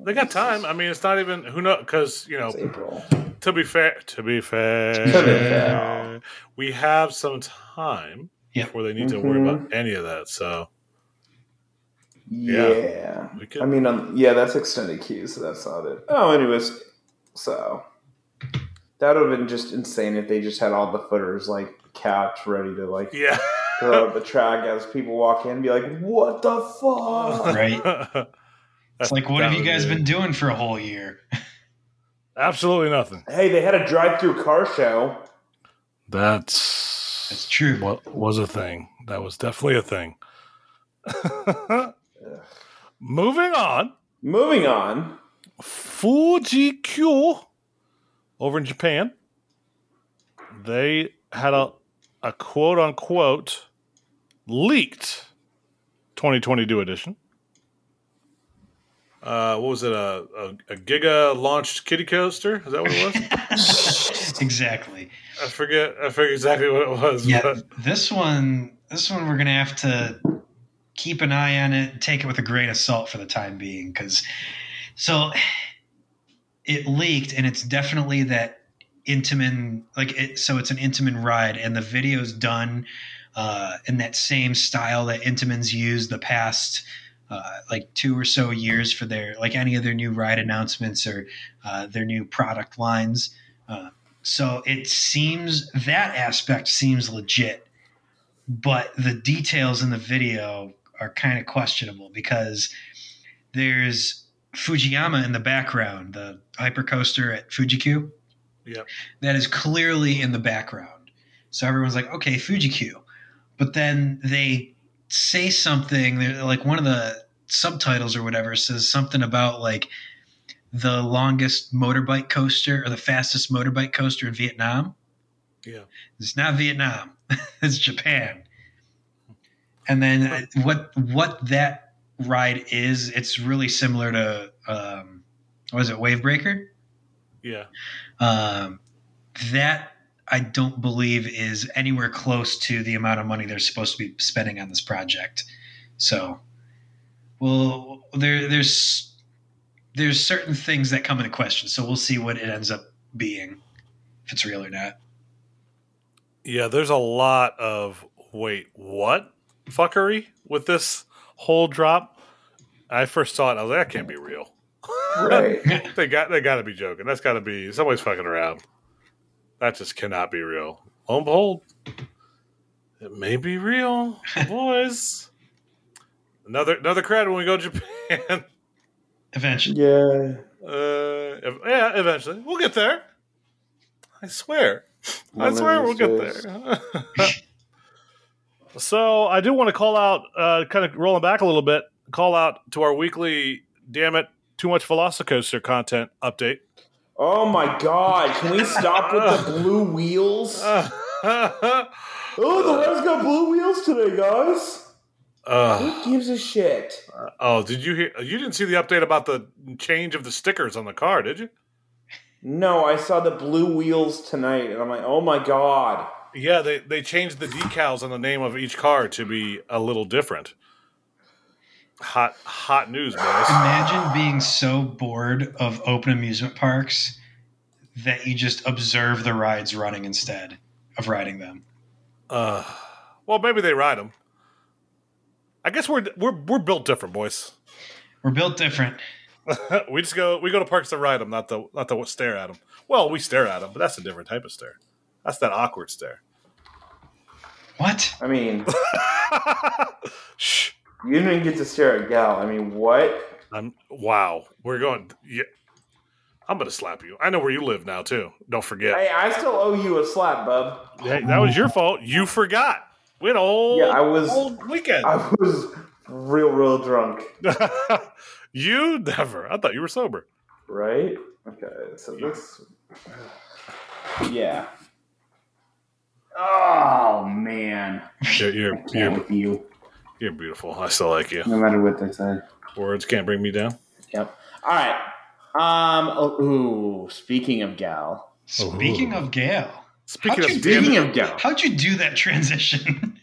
[SPEAKER 2] They got time. I mean, it's not even who knows because you know.
[SPEAKER 4] It's April.
[SPEAKER 2] To be fair, to be fair,
[SPEAKER 4] fair.
[SPEAKER 2] we have some time
[SPEAKER 3] Yeah.
[SPEAKER 2] before they need to worry about any of that. So Yeah.
[SPEAKER 4] Yeah.
[SPEAKER 2] we could.
[SPEAKER 4] I mean, um, yeah, that's extended queue, so that's not it. Oh, anyways, so that would have been just insane if they just had all the footers like capped, ready to like
[SPEAKER 2] yeah.
[SPEAKER 4] throw out the track as people walk in, and be like, "What the fuck?"
[SPEAKER 3] Right.
[SPEAKER 2] That's-
[SPEAKER 3] It's like, what
[SPEAKER 2] that
[SPEAKER 3] have you
[SPEAKER 2] would
[SPEAKER 3] guys
[SPEAKER 2] be-
[SPEAKER 3] been doing for a whole year?
[SPEAKER 2] Absolutely nothing.
[SPEAKER 4] hey, they had a drive-through car show.
[SPEAKER 2] That's
[SPEAKER 3] That's true.
[SPEAKER 2] What was a thing? That was definitely a thing. Moving on,
[SPEAKER 4] Moving on.
[SPEAKER 2] Fuji Q over in Japan. They had a a quote unquote leaked 2022 edition. Uh, what was it? A, a, a Giga launched kitty coaster? Is that what it was?
[SPEAKER 3] exactly.
[SPEAKER 2] I forget. I forget exactly what it was.
[SPEAKER 3] yeah
[SPEAKER 2] but-
[SPEAKER 3] this one this one we're gonna have to keep an eye on it take it with a grain of salt for the time being because so it leaked and it's definitely that intamin like it, so it's an intamin ride and the video's done uh, in that same style that intamin's used the past uh, like two or so years for their like any of their new ride announcements or uh, their new product lines Uh, so it seems that aspect seems legit, but the details in the video are kind of questionable because there's Fujiyama in the background, the hypercoaster at Fujiq.
[SPEAKER 2] Yep.
[SPEAKER 3] That is clearly in the background. So everyone's like, okay, Fujiq. But then they say something, they're- like one of the subtitles or whatever says something about like the longest motorbike coaster or the fastest motorbike coaster in Vietnam.
[SPEAKER 2] Yeah.
[SPEAKER 3] It's not Vietnam. it's Japan. And then uh, what what that ride is, it's really similar to um what is it, Wavebreaker?
[SPEAKER 2] yeah.
[SPEAKER 3] Um that I don't believe is anywhere close to the amount of money they're supposed to be spending on this project. So well there there's there's certain things that come into question. So we'll see what it ends up being, if it's real or not.
[SPEAKER 2] Yeah, there's a lot of wait, what fuckery with this whole drop. I first saw it, I was like, that can't be real.
[SPEAKER 4] Right.
[SPEAKER 2] they got they gotta be joking. That's gotta be somebody's fucking around. That just cannot be real. Lo and behold, it may be real, boys. Another another credit when we go to Japan.
[SPEAKER 3] Eventually.
[SPEAKER 4] yeah.
[SPEAKER 2] Uh, ev- yeah, eventually we'll get there. I swear. I swear we'll get there. So I do want to call out, uh, kind of rolling back a little bit, call out to our weekly, damn it, too much Velocicoaster content update.
[SPEAKER 4] Oh my god! Can we stop with the blue wheels?
[SPEAKER 2] Uh,
[SPEAKER 4] Oh, the Revs got blue wheels today, guys.
[SPEAKER 2] uh,
[SPEAKER 4] Who gives a shit?
[SPEAKER 2] oh, did you hear? You didn't see the update about the change of the stickers on the car, did you?
[SPEAKER 4] No, I saw the blue wheels tonight, and I'm like, oh my god.
[SPEAKER 2] Yeah, they, they changed the decals on the name of each car to be a little different. Hot hot news, boys.
[SPEAKER 3] Imagine being so bored of open amusement parks that you just observe the rides running instead of riding them.
[SPEAKER 2] Uh, well, maybe they ride them. I guess we're we're we're built different, boys.
[SPEAKER 3] We're built different.
[SPEAKER 2] we just go we go to parks to ride them, not the not to stare at them. Well, we stare at them, but that's a different type of stare. That's that awkward stare.
[SPEAKER 3] What?
[SPEAKER 4] I mean,
[SPEAKER 2] Shh.
[SPEAKER 4] you didn't even get to stare at Gal. I mean, what?
[SPEAKER 2] I'm wow. We're going. Yeah, I'm gonna slap you. I know where you live now too. Don't forget.
[SPEAKER 4] Hey, I still owe you a slap, bub.
[SPEAKER 2] Hey, that was your fault. You forgot. We had a whole,
[SPEAKER 4] Yeah, I was-
[SPEAKER 2] whole weekend.
[SPEAKER 4] I was real, real drunk,
[SPEAKER 2] you never. I thought you were sober.
[SPEAKER 4] right? Okay, so this. Yeah. Oh, man.
[SPEAKER 2] You're you're,
[SPEAKER 4] Yeah,
[SPEAKER 2] you're,
[SPEAKER 4] with you,
[SPEAKER 2] you're beautiful. I still like you.
[SPEAKER 4] no matter what they say.
[SPEAKER 2] Words can't bring me down.
[SPEAKER 4] Yep. All right. Um. oh, Ooh. Speaking of Gal.
[SPEAKER 3] Speaking
[SPEAKER 2] Ooh.
[SPEAKER 3] of Gail,
[SPEAKER 2] Speaking
[SPEAKER 3] How'd
[SPEAKER 2] of
[SPEAKER 3] you
[SPEAKER 2] damn
[SPEAKER 4] Speaking
[SPEAKER 2] it,
[SPEAKER 4] of Gal,
[SPEAKER 3] how'd you do that transition?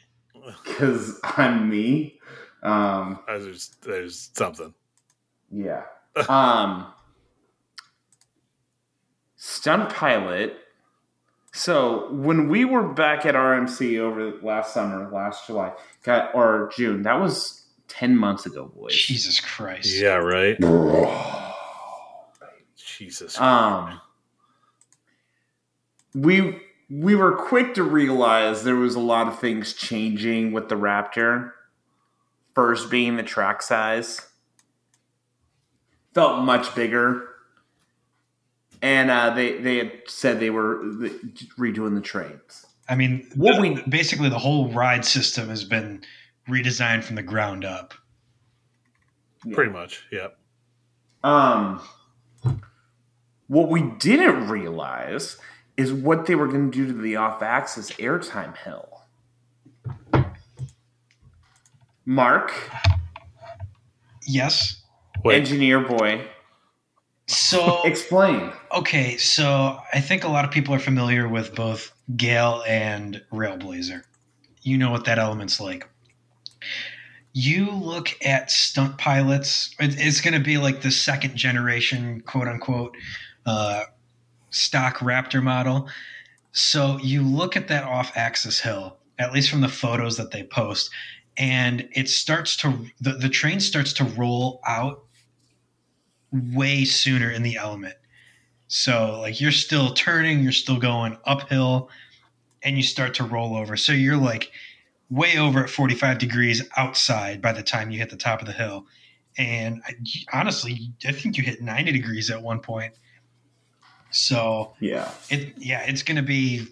[SPEAKER 4] because I'm me. Um.
[SPEAKER 2] I- there's there's something.
[SPEAKER 4] Yeah. Um. stunt pilot. So when we were back at RMC over last summer, last July, got or June, that was ten months ago, boys.
[SPEAKER 3] Jesus Christ.
[SPEAKER 2] Yeah, right. Jesus.
[SPEAKER 4] Um, we we were quick to realize there was a lot of things changing with the Raptor. First being the track size felt much bigger, and uh, they they had said they were redoing the trains.
[SPEAKER 3] I mean,
[SPEAKER 4] What
[SPEAKER 3] the-
[SPEAKER 4] we-
[SPEAKER 3] basically the whole ride system has been redesigned from the ground up.
[SPEAKER 2] Pretty much. Yeah.
[SPEAKER 4] Um, what we didn't realize is what they were going to do to the off-axis airtime hill. Mark,
[SPEAKER 3] Yes.
[SPEAKER 2] Wait.
[SPEAKER 4] engineer boy,
[SPEAKER 3] So
[SPEAKER 4] explain.
[SPEAKER 3] okay, so I think a lot of people are familiar with both Gale and Railblazer. You know what that element's like. You look at stunt pilots; it- it's going to be like the second generation, quote unquote, uh, stock Raptor model. So you look at that off-axis hill, at least from the photos that they post, and it starts to the, the train starts to roll out way sooner in the element. So like you're still turning, you're still going uphill, and you start to roll over. So you're like way over at 45 degrees outside by the time you hit the top of the hill. And I, honestly, I think you hit 90 degrees at one point. So
[SPEAKER 4] Yeah.
[SPEAKER 3] it yeah, it's gonna be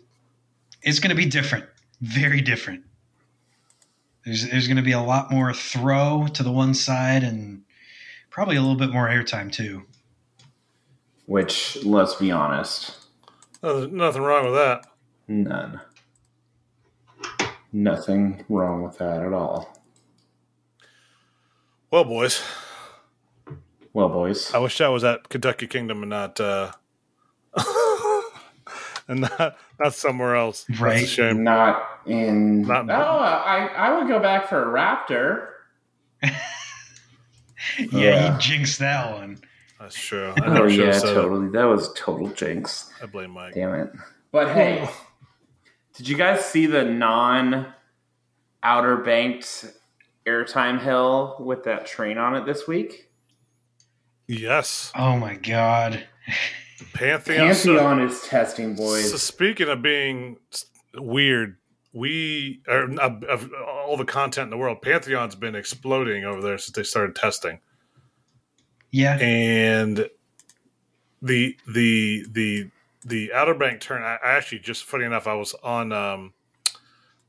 [SPEAKER 3] it's gonna be different, very different. There's there's gonna be a lot more throw to the one side and probably a little bit more airtime too.
[SPEAKER 4] Which, let's be honest,
[SPEAKER 2] Nothing, nothing wrong with that.
[SPEAKER 4] none. Nothing wrong with that at all.
[SPEAKER 2] Well, boys,
[SPEAKER 4] Well, boys.
[SPEAKER 2] I wish I was at Kentucky Kingdom and not uh, and not not somewhere else. That's a
[SPEAKER 3] Right.
[SPEAKER 2] shame.
[SPEAKER 4] Not in.
[SPEAKER 2] Not-
[SPEAKER 4] oh, I, I would go back for a Raptor.
[SPEAKER 3] Yeah,
[SPEAKER 4] Yeah.
[SPEAKER 3] you jinxed that one.
[SPEAKER 2] That's true. I
[SPEAKER 4] Oh,
[SPEAKER 2] never should
[SPEAKER 4] yeah,
[SPEAKER 2] have said that.
[SPEAKER 4] totally. That was total jinx.
[SPEAKER 2] I blame Mike.
[SPEAKER 4] Damn it. But hey, did you guys see the non Outer Banks airtime hill with that train on it this week?
[SPEAKER 2] Yes,
[SPEAKER 3] Oh my god.
[SPEAKER 2] Pantheon. So,
[SPEAKER 4] Pantheon is testing,
[SPEAKER 2] so
[SPEAKER 4] boys.
[SPEAKER 2] speaking of being s- weird, we or, of, of all the content in the world, Pantheon's been exploding over there since they started testing.
[SPEAKER 3] Yeah.
[SPEAKER 2] and the the the the outer bank turn I, I actually just funny enough i was on um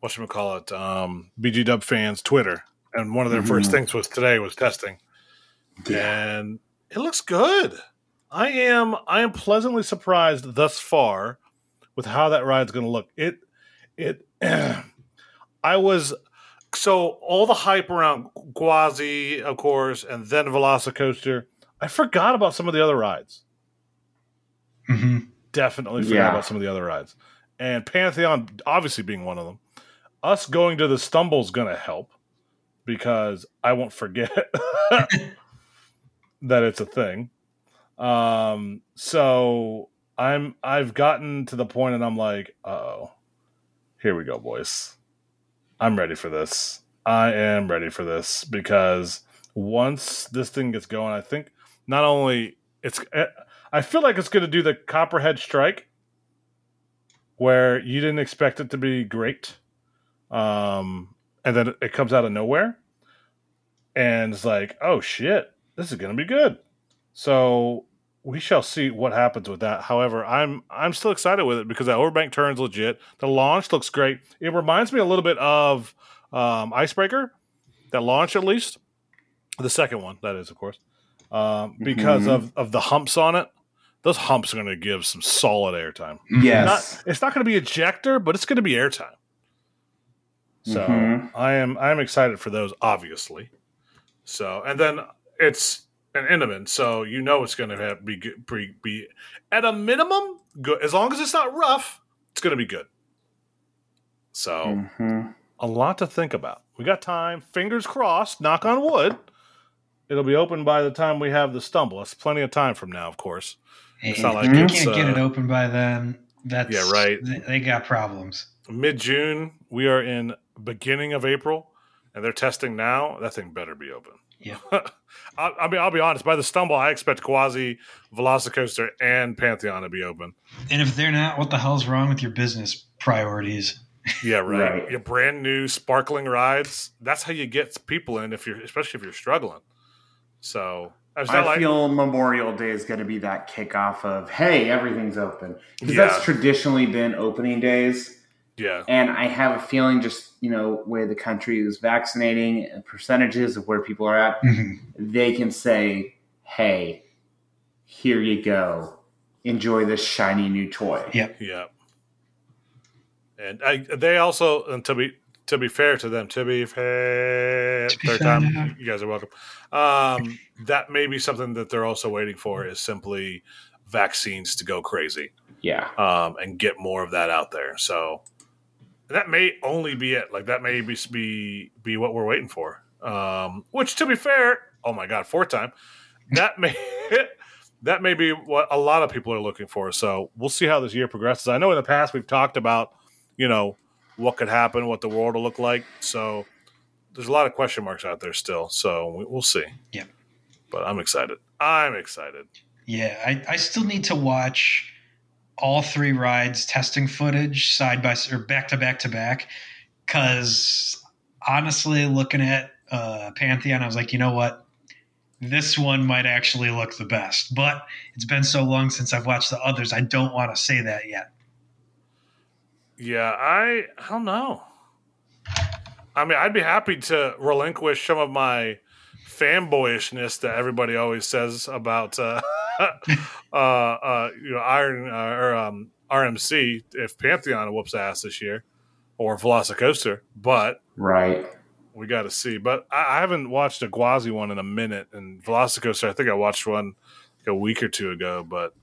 [SPEAKER 2] what should we call it? Um, BG Dub fans Twitter, and one of their first
[SPEAKER 4] Mhm.
[SPEAKER 2] things was today was testing, and it looks good. I am I am pleasantly surprised thus far with how that ride's going to look. It it I was so all the hype around Guazi, of course, and then Velocicoaster. I forgot about some of the other rides.
[SPEAKER 3] hmm
[SPEAKER 2] Definitely forgot
[SPEAKER 4] Yeah.
[SPEAKER 2] about some of the other rides, and Pantheon obviously being one of them. Us going to the Stumble's going to help because I won't forget that it's a thing. Um, so I'm I've gotten to the point and I'm like, oh, here we go, boys. I'm ready for this. I am ready for this because once this thing gets going, I think not only it's I feel like it's going to do the Copperhead Strike, where you didn't expect it to be great, um, and then it comes out of nowhere, and it's like, oh shit, this is going to be good. So we shall see what happens with that. However, I'm I'm still excited with it because that overbank turns legit. The launch looks great. It reminds me a little bit of um, Icebreaker, that launch at least, the second one that is, of course, um, because
[SPEAKER 4] Mhm.
[SPEAKER 2] of of the humps on it. Those humps are going to give some solid airtime.
[SPEAKER 3] Mm-hmm.
[SPEAKER 4] Yes.
[SPEAKER 2] Not, it's not going to be ejector, but it's going to be airtime. So
[SPEAKER 4] Mhm.
[SPEAKER 2] I am I am excited for those, obviously. So and then it's an Intamin, so you know it's going to have be good- be be at a minimum good as long as it's not rough. It's going to be good. So
[SPEAKER 4] Mhm.
[SPEAKER 2] a lot to think about. We got time. Fingers crossed. Knock on wood. It'll be open by the time we have the stumble. That's plenty of time from now, of course. It's not like
[SPEAKER 3] you
[SPEAKER 2] it's,
[SPEAKER 3] can't get
[SPEAKER 2] uh,
[SPEAKER 3] it open by then. That's
[SPEAKER 2] Yeah, right.
[SPEAKER 3] They, they got problems.
[SPEAKER 2] mid June. We are in beginning of April, and they're testing now. That thing better be open.
[SPEAKER 3] Yeah.
[SPEAKER 2] I, I mean, I'll be honest. By the stumble, I expect Quasi, Velocicoaster, and Pantheon to be open.
[SPEAKER 3] And if they're not, what the hell's wrong with your business priorities?
[SPEAKER 2] Yeah, right.
[SPEAKER 4] Right.
[SPEAKER 2] Your brand new sparkling rides. That's how you get people in. If you're, especially if you're struggling. So it's not
[SPEAKER 4] I
[SPEAKER 2] like
[SPEAKER 4] feel Memorial Day is going to be that kickoff of hey, everything's open because
[SPEAKER 2] Yeah.
[SPEAKER 4] that's traditionally been opening days.
[SPEAKER 2] yeah,
[SPEAKER 4] And I have a feeling, just you know, where the country is vaccinating and percentages of where people are at,
[SPEAKER 3] Mhm.
[SPEAKER 4] they can say, "Hey, here you go, enjoy this shiny new toy."
[SPEAKER 3] Yeah.
[SPEAKER 2] yeah. And I, they also, and to be to be fair to them, to be fair,
[SPEAKER 3] To be
[SPEAKER 2] third
[SPEAKER 3] fair.
[SPEAKER 2] time, you guys are welcome. Um, that may be something that they're also waiting for is simply vaccines to go crazy
[SPEAKER 4] Yeah.
[SPEAKER 2] um, and get more of that out there. So that may only be it. Like that may be be, be what we're waiting for. Um, which, to be fair, oh my god, fourth time. That may that may be what a lot of people are looking for. So we'll see how this year progresses. I know in the past we've talked about you know what could happen, what the world will look like. So there's a lot of question marks out there still. So we, we'll see.
[SPEAKER 3] Yep.
[SPEAKER 2] But I'm excited. I'm excited.
[SPEAKER 3] Yeah, I, I still need to watch all three rides testing footage side by s- or back to back to back. Because honestly, looking at uh, Pantheon, I was like, you know what? This one might actually look the best, but it's been so long since I've watched the others. I don't want to say that yet.
[SPEAKER 2] Yeah, I I don't know. I mean, I'd be happy to relinquish some of my fanboyishness that everybody always says about uh, uh, uh, you know Iron uh, or um, RMC if Pantheon whoops ass this year or Velocicoaster, but
[SPEAKER 4] Right.
[SPEAKER 2] we got to see. But I, I haven't watched a Guazi one in a minute, and Velocicoaster. I think I watched one like a week or two ago, but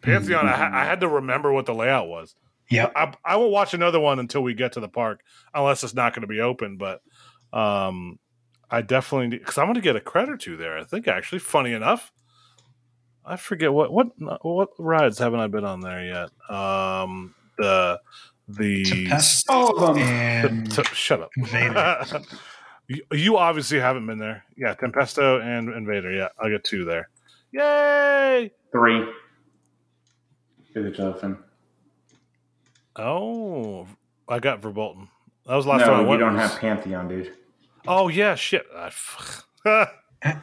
[SPEAKER 2] Pantheon, I, ha- I had to remember what the layout was.
[SPEAKER 3] Yep.
[SPEAKER 2] I, I won't watch another one until we get to the park, unless it's not going to be open. But um, I definitely because I'm going to get a credit or two there. I think actually, funny enough, I forget what what what rides haven't I been on there yet? Um, the the
[SPEAKER 3] Tempest
[SPEAKER 4] All of them.
[SPEAKER 3] and
[SPEAKER 2] t- shut up.
[SPEAKER 3] Invader.
[SPEAKER 2] you, you obviously haven't been there. Yeah, Tempesto and Invader. Yeah, I'll get two there. Yay!
[SPEAKER 4] Three. Good Jonathan.
[SPEAKER 2] Oh, I got Verbolten. That was the last time I
[SPEAKER 4] No, you
[SPEAKER 2] went.
[SPEAKER 4] don't have Pantheon, dude.
[SPEAKER 2] Oh yeah, shit. I f-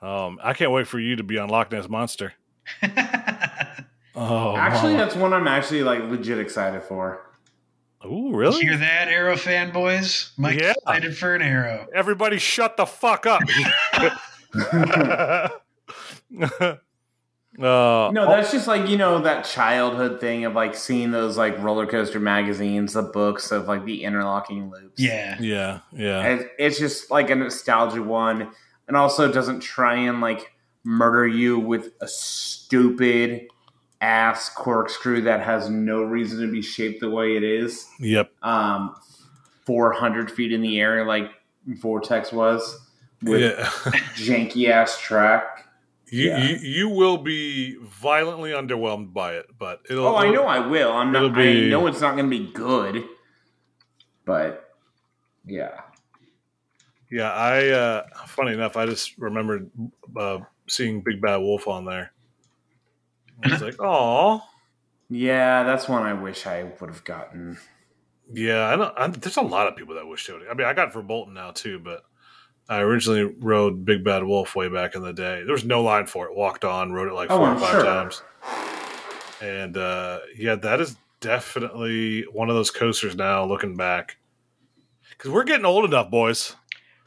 [SPEAKER 2] um, I can't wait for you to be on Loch Ness Monster. Oh,
[SPEAKER 4] actually,
[SPEAKER 2] mama.
[SPEAKER 3] Oh,
[SPEAKER 2] Oh,
[SPEAKER 4] that's one I'm actually like legit excited for.
[SPEAKER 2] Ooh, really?
[SPEAKER 3] Hear that, Arrow fanboys? Mike's
[SPEAKER 2] Yeah.
[SPEAKER 3] excited for an Arrow.
[SPEAKER 2] Everybody shut the fuck up. uh,
[SPEAKER 3] Uh,
[SPEAKER 2] oh,
[SPEAKER 4] No,
[SPEAKER 3] oh.
[SPEAKER 4] that's just like you know that childhood thing of like seeing those like roller coaster magazines, the books of like the interlocking loops.
[SPEAKER 3] Yeah.
[SPEAKER 2] yeah, yeah.
[SPEAKER 4] It- it's just like a nostalgia one, and also doesn't try and like murder you with a stupid ass corkscrew that has no reason to be shaped the way it is.
[SPEAKER 2] Yep.
[SPEAKER 4] Um, four hundred feet in the air, like Vortex was with
[SPEAKER 2] Yeah.
[SPEAKER 4] janky ass track.
[SPEAKER 2] You,
[SPEAKER 4] Yeah.
[SPEAKER 2] you you will be violently underwhelmed by it, but it'll.
[SPEAKER 4] Oh, I know I will. I'm
[SPEAKER 2] It'll
[SPEAKER 4] not.
[SPEAKER 2] be-
[SPEAKER 4] I know it's not going to be good, but yeah.
[SPEAKER 2] Yeah, I. Uh, funny enough, I just remembered uh, seeing Big Bad Wolf on there. I was like, oh,
[SPEAKER 4] Yeah, that's one I wish I would have gotten.
[SPEAKER 2] yeah. I don't. I, there's a lot of people that wish they would. I mean, I got it for Bolton now too, but I originally rode Big Bad Wolf way back in the day. There was no line for it. Walked on, rode it like
[SPEAKER 4] Oh,
[SPEAKER 2] four or
[SPEAKER 4] I'm
[SPEAKER 2] five
[SPEAKER 4] sure.
[SPEAKER 2] times. And uh, yeah, that is definitely one of those coasters now. Looking back, because we're getting old enough, boys.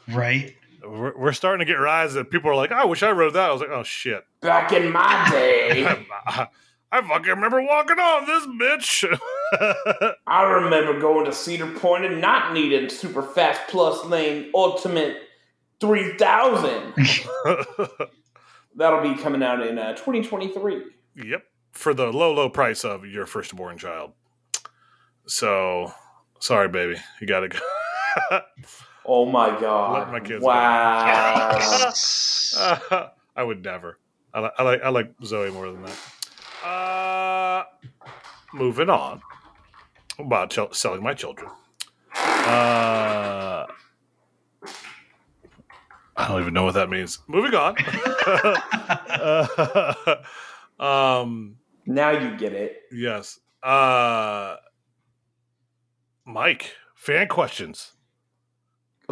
[SPEAKER 3] Right?
[SPEAKER 2] we're, we're starting to get rides that people are like, I wish I rode that. I was like, oh shit.
[SPEAKER 4] Back in my day,
[SPEAKER 2] I, I, fucking remember walking on this bitch.
[SPEAKER 4] I remember going to Cedar Point and not needing Super Fast Plus Lane Ultimate 3000. That'll be coming out in uh, 2023.
[SPEAKER 2] yep. For the low, low price of your firstborn child. So sorry, baby. You gotta go.
[SPEAKER 4] Oh my
[SPEAKER 2] Let
[SPEAKER 4] god.
[SPEAKER 2] my kids
[SPEAKER 4] wow.
[SPEAKER 3] Yes.
[SPEAKER 2] Uh, I would never. I, li- I like I like Zoe more than that. Uh, moving on about chil- selling my children. Uh, I don't even know what that means. Moving on. Uh, um,
[SPEAKER 4] now you get it.
[SPEAKER 2] yes. Uh, Mike, fan questions.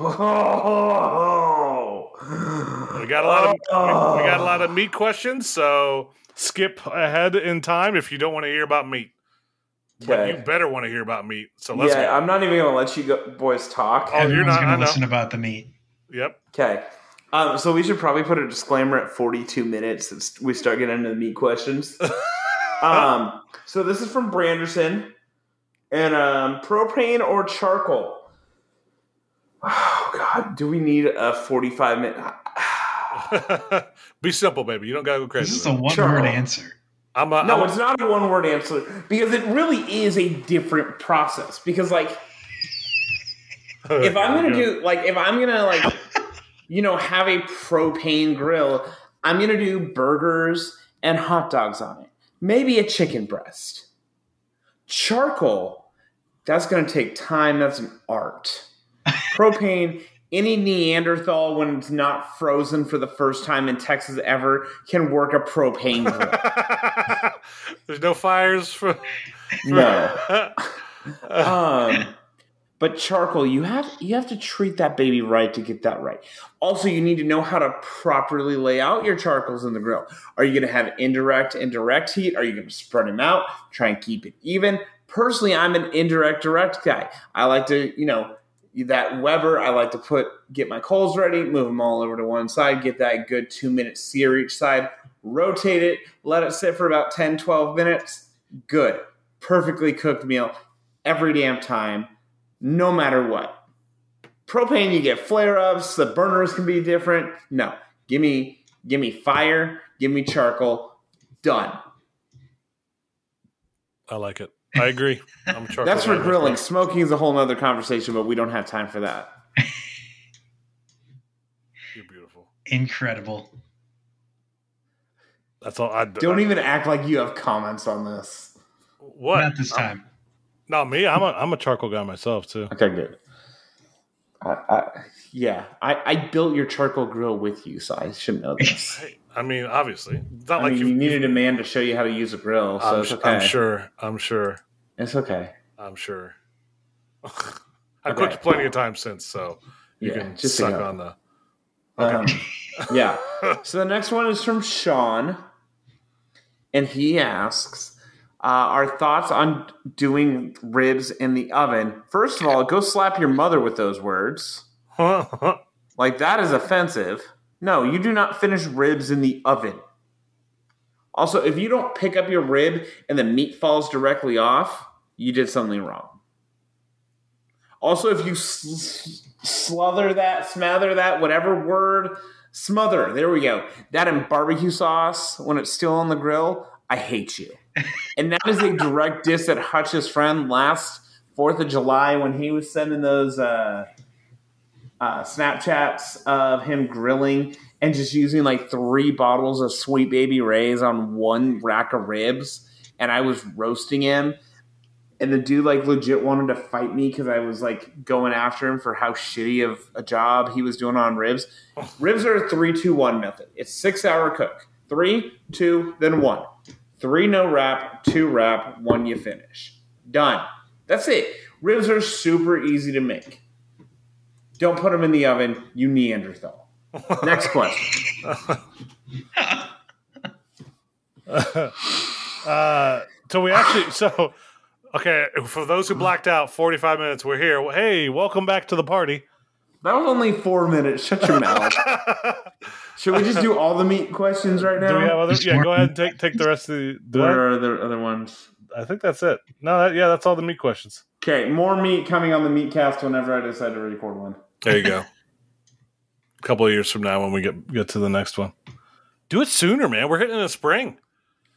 [SPEAKER 4] Oh.
[SPEAKER 2] We got a lot of we, we got a lot of meat questions, so skip ahead in time if you don't want to hear about meat. But
[SPEAKER 4] Okay.
[SPEAKER 2] you better want to hear about meat. So let's
[SPEAKER 4] Yeah,
[SPEAKER 2] go.
[SPEAKER 4] I'm not even gonna let you go, boys talk.
[SPEAKER 2] Oh, you're
[SPEAKER 3] Everyone's
[SPEAKER 2] not- I
[SPEAKER 3] going
[SPEAKER 2] know.
[SPEAKER 3] to listen about the meat.
[SPEAKER 2] yep.
[SPEAKER 4] Okay. Um, so we should probably put a disclaimer at 42 minutes. It's, we start getting into the meat questions. um, so this is from Branderson, and um, propane or charcoal. Oh God, do we need a 45 minute?
[SPEAKER 2] Be simple, baby. You don't gotta go
[SPEAKER 3] This
[SPEAKER 2] crazy.
[SPEAKER 3] is the one
[SPEAKER 4] Sure.
[SPEAKER 3] word answer.
[SPEAKER 2] I'm a,
[SPEAKER 4] No,
[SPEAKER 2] I'm a-
[SPEAKER 4] it's not a one word answer because it really is a different process. Because like, if I'm gonna do like if I'm gonna like you know have a propane grill, I'm gonna do burgers and hot dogs on it. Maybe a chicken breast. Charcoal, that's gonna take time, that's an art. Propane, any Neanderthal when it's not frozen for the first time in Texas ever can work a propane grill.
[SPEAKER 2] There's no fires for.
[SPEAKER 4] no.
[SPEAKER 2] Uh,
[SPEAKER 4] Um, but charcoal, you have you have to treat that baby right to get that right. Also, you need to know how to properly lay out your charcoals in the grill. Are you going to have indirect and direct heat? Are you going to spread them out? Try and keep it even. Personally, I'm an indirect direct guy. I like to, you know, that Weber. I like to put get my coals ready, move them all over to one side, get that good two minute sear each side, rotate it, let it sit for about 10, 12 minutes. Good, perfectly cooked meal every damn time, no matter what. Propane, you get flare ups. The burners can be different. No, give me give me fire, give me charcoal. Done.
[SPEAKER 2] I like it. I agree. I'm charcoal.
[SPEAKER 4] That's for
[SPEAKER 2] man.
[SPEAKER 4] grilling. Smoking is a whole nother conversation, but we don't have time for that.
[SPEAKER 2] You're beautiful.
[SPEAKER 3] Incredible.
[SPEAKER 2] That's all. I
[SPEAKER 4] Don't e- even act like you have comments on this.
[SPEAKER 2] What?
[SPEAKER 3] Not this
[SPEAKER 2] I'm-
[SPEAKER 3] time.
[SPEAKER 2] not me. I'm a I'm a charcoal guy myself too.
[SPEAKER 4] Okay, good. I, I, yeah, I, I built your charcoal grill with you, so I should know this.
[SPEAKER 2] Hey, I mean, obviously, it's not
[SPEAKER 4] I
[SPEAKER 2] like
[SPEAKER 4] mean,
[SPEAKER 2] you
[SPEAKER 4] you needed a man to show you how to use a grill, so
[SPEAKER 2] I'm,
[SPEAKER 4] it's
[SPEAKER 2] su-
[SPEAKER 4] okay.
[SPEAKER 2] I'm sure. I'm sure.
[SPEAKER 4] It's okay.
[SPEAKER 2] I'm sure. I've
[SPEAKER 4] Okay.
[SPEAKER 2] cooked plenty of times since, so you
[SPEAKER 4] Yeah,
[SPEAKER 2] can
[SPEAKER 4] just
[SPEAKER 2] suck
[SPEAKER 4] enough.
[SPEAKER 2] on the.
[SPEAKER 4] Um, yeah. So the next one is from Sean, and he asks, uh, our thoughts on doing ribs in the oven. First of all, go slap your mother with those words. Like that is offensive. No, you do not finish ribs in the oven. Also, if you don't pick up your rib and the meat falls directly off, you did something wrong. Also, if you s- slither that, smother that, whatever word, smother, there we go. That in barbecue sauce when it's still on the grill, I hate you. and that is a direct diss at Hutch's friend last 4th of July when he was sending those. Uh, uh, Snapchats of him grilling and just using like three bottles of Sweet Baby Ray's on one rack of ribs, and I was roasting him. And the dude like legit wanted to fight me because I was like going after him for how shitty of a job he was doing on ribs. Ribs are a three, two, one method. It's six hour cook. Three, two, then one. Three no wrap, two wrap, one you finish. Done. That's it. Ribs are super easy to make. Don't put them in the oven, you Neanderthal. Next question.
[SPEAKER 2] uh, so we actually so okay for those who blacked out 45 minutes we're here Well, hey welcome back to the party
[SPEAKER 4] That was only four minutes. Shut your mouth. Should we just do all the meat questions right now?
[SPEAKER 2] do we have other
[SPEAKER 3] Just
[SPEAKER 2] yeah go
[SPEAKER 3] one.
[SPEAKER 2] ahead and take take the rest of the do I,
[SPEAKER 4] Where are the other ones?
[SPEAKER 2] I think that's it no that, yeah that's all the meat questions
[SPEAKER 4] Okay, more meat coming on the meat cast whenever I decide to record one.
[SPEAKER 2] there you go a couple of years from now when we get get to the next one do it sooner man we're hitting the spring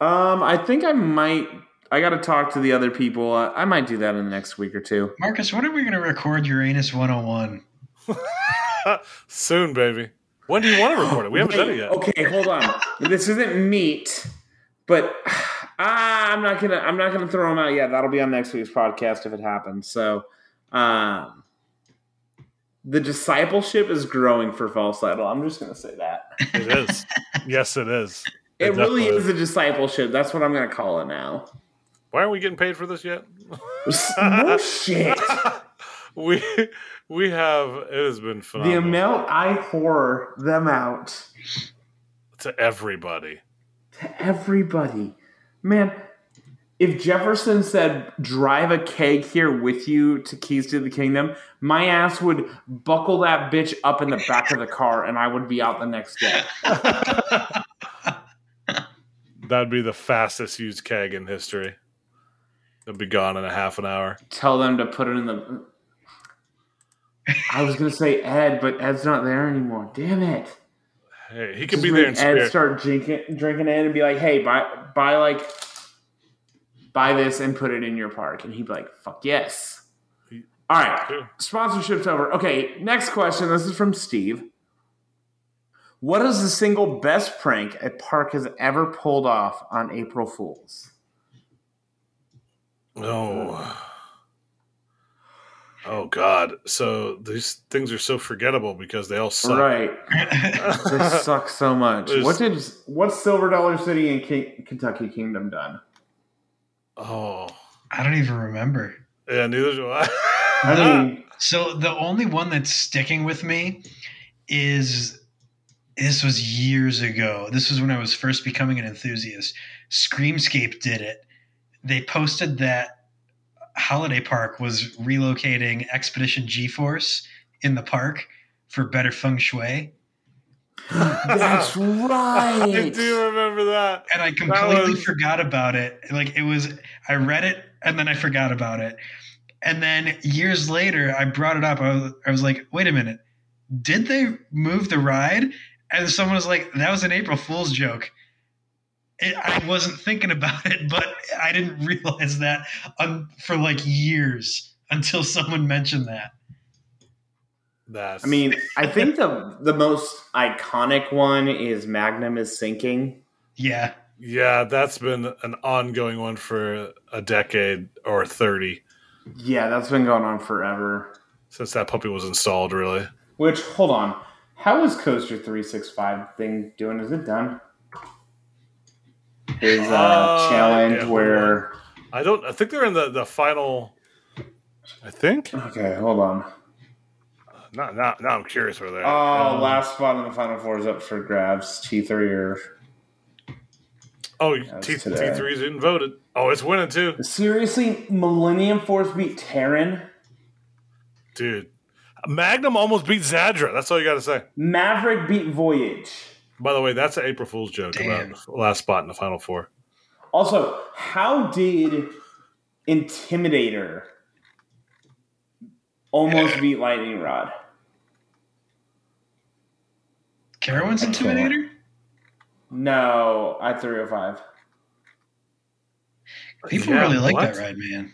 [SPEAKER 4] Um, I think I might. I got to talk to the other people. Uh, I might do that in the next week or two.
[SPEAKER 3] Marcus, when are we going to record Uranus 101?
[SPEAKER 2] soon baby when do you want to record it we haven't done it
[SPEAKER 4] Wait,
[SPEAKER 2] yet
[SPEAKER 4] Okay, hold on. this isn't meat, but ah, I'm not gonna. I'm not gonna throw them out yet. That'll be on next week's podcast if it happens. So, um, the discipleship is growing for false idol. I'm just gonna say that.
[SPEAKER 2] it is yes it is
[SPEAKER 4] It, really
[SPEAKER 2] definitely
[SPEAKER 4] is a discipleship. That's what I'm gonna call it now.
[SPEAKER 2] why aren't we getting paid for this yet
[SPEAKER 4] no shit.
[SPEAKER 2] we we have it has been
[SPEAKER 4] The
[SPEAKER 2] phenomenal
[SPEAKER 4] amount I whore them out
[SPEAKER 2] to everybody.
[SPEAKER 4] to everybody, man. If Jefferson said, "Drive a keg here with you to Keys to the Kingdom," my ass would buckle that bitch up in the back of the car, and I would be out the next day.
[SPEAKER 2] That'd be the fastest used keg in history. It'd be gone in a half an hour.
[SPEAKER 4] Tell them to put it in the. I was gonna say Ed, but Ed's not there anymore. Damn it.
[SPEAKER 2] Hey, he could
[SPEAKER 4] Just
[SPEAKER 2] be there in
[SPEAKER 4] make Ed
[SPEAKER 2] spirit.
[SPEAKER 4] start drinking, drinking it and be like, "Hey, buy, buy like, buy this and put it in your park," and he'd be like, "Fuck yes." All right,
[SPEAKER 2] too.
[SPEAKER 4] sponsorship's over. Okay, next question. This is from Steve. What is the single best prank a park has ever pulled off on April Fools?
[SPEAKER 2] Oh. Oh God. So these things are so forgettable because they all suck.
[SPEAKER 4] Right, this sucks so much.
[SPEAKER 2] There's-
[SPEAKER 4] What did what's Silver Dollar City and King, Kentucky Kingdom done?
[SPEAKER 2] oh.
[SPEAKER 3] I don't even remember.
[SPEAKER 2] Yeah, neither do I.
[SPEAKER 4] I mean,
[SPEAKER 3] So the only one that's sticking with me is this was years ago. This was when I was first becoming an enthusiast. Screamscape did it. They posted that Holiday Park was relocating Expedition G Force in the park for better feng shui.
[SPEAKER 4] that's right.
[SPEAKER 2] I do remember that.
[SPEAKER 3] And I completely
[SPEAKER 2] was-
[SPEAKER 3] forgot about it. Like it was I read it and then I forgot about it. And then years later I brought it up. I was, I was like, wait a minute. Did they move the ride? And someone was like, that was an April Fool's joke. It, I wasn't thinking about it, but I didn't realize that um, for like years until someone mentioned that.
[SPEAKER 2] That's
[SPEAKER 4] I mean, I think the the most iconic one is Magnum is sinking.
[SPEAKER 3] Yeah.
[SPEAKER 2] yeah, that's been an ongoing one for a decade or thirty.
[SPEAKER 4] Yeah, that's been going on forever.
[SPEAKER 2] since that puppy was installed, really.
[SPEAKER 4] Which hold on, how is Coaster three six five thing doing? Is it done? His uh,
[SPEAKER 2] Uh,
[SPEAKER 4] challenge
[SPEAKER 2] yeah.
[SPEAKER 4] where?
[SPEAKER 2] I don't. I think they're in the the final. I think.
[SPEAKER 4] Okay, hold on.
[SPEAKER 2] Now, now, now I'm curious where they're.
[SPEAKER 4] Oh,
[SPEAKER 2] at.
[SPEAKER 4] last spot in the final four is up for grabs. Teeth or ear?
[SPEAKER 2] Oh,
[SPEAKER 4] was
[SPEAKER 2] T
[SPEAKER 4] today.
[SPEAKER 2] three is in voted. Oh, it's winning too,
[SPEAKER 4] Seriously, Millennium Force beat Terran.
[SPEAKER 2] dude. Magnum almost beat Zadra. That's all you got to say.
[SPEAKER 4] Maverick beat Voyage.
[SPEAKER 2] By the way, that's an April Fool's joke
[SPEAKER 3] Damn.
[SPEAKER 2] about the last spot in the final four.
[SPEAKER 4] Also, how did Intimidator
[SPEAKER 2] Eh.
[SPEAKER 4] almost beat Lightning Rod?
[SPEAKER 3] Carowinds Intimidator?
[SPEAKER 4] No, I 305.
[SPEAKER 3] People
[SPEAKER 2] Yeah,
[SPEAKER 3] really like
[SPEAKER 2] what?
[SPEAKER 3] that ride, man.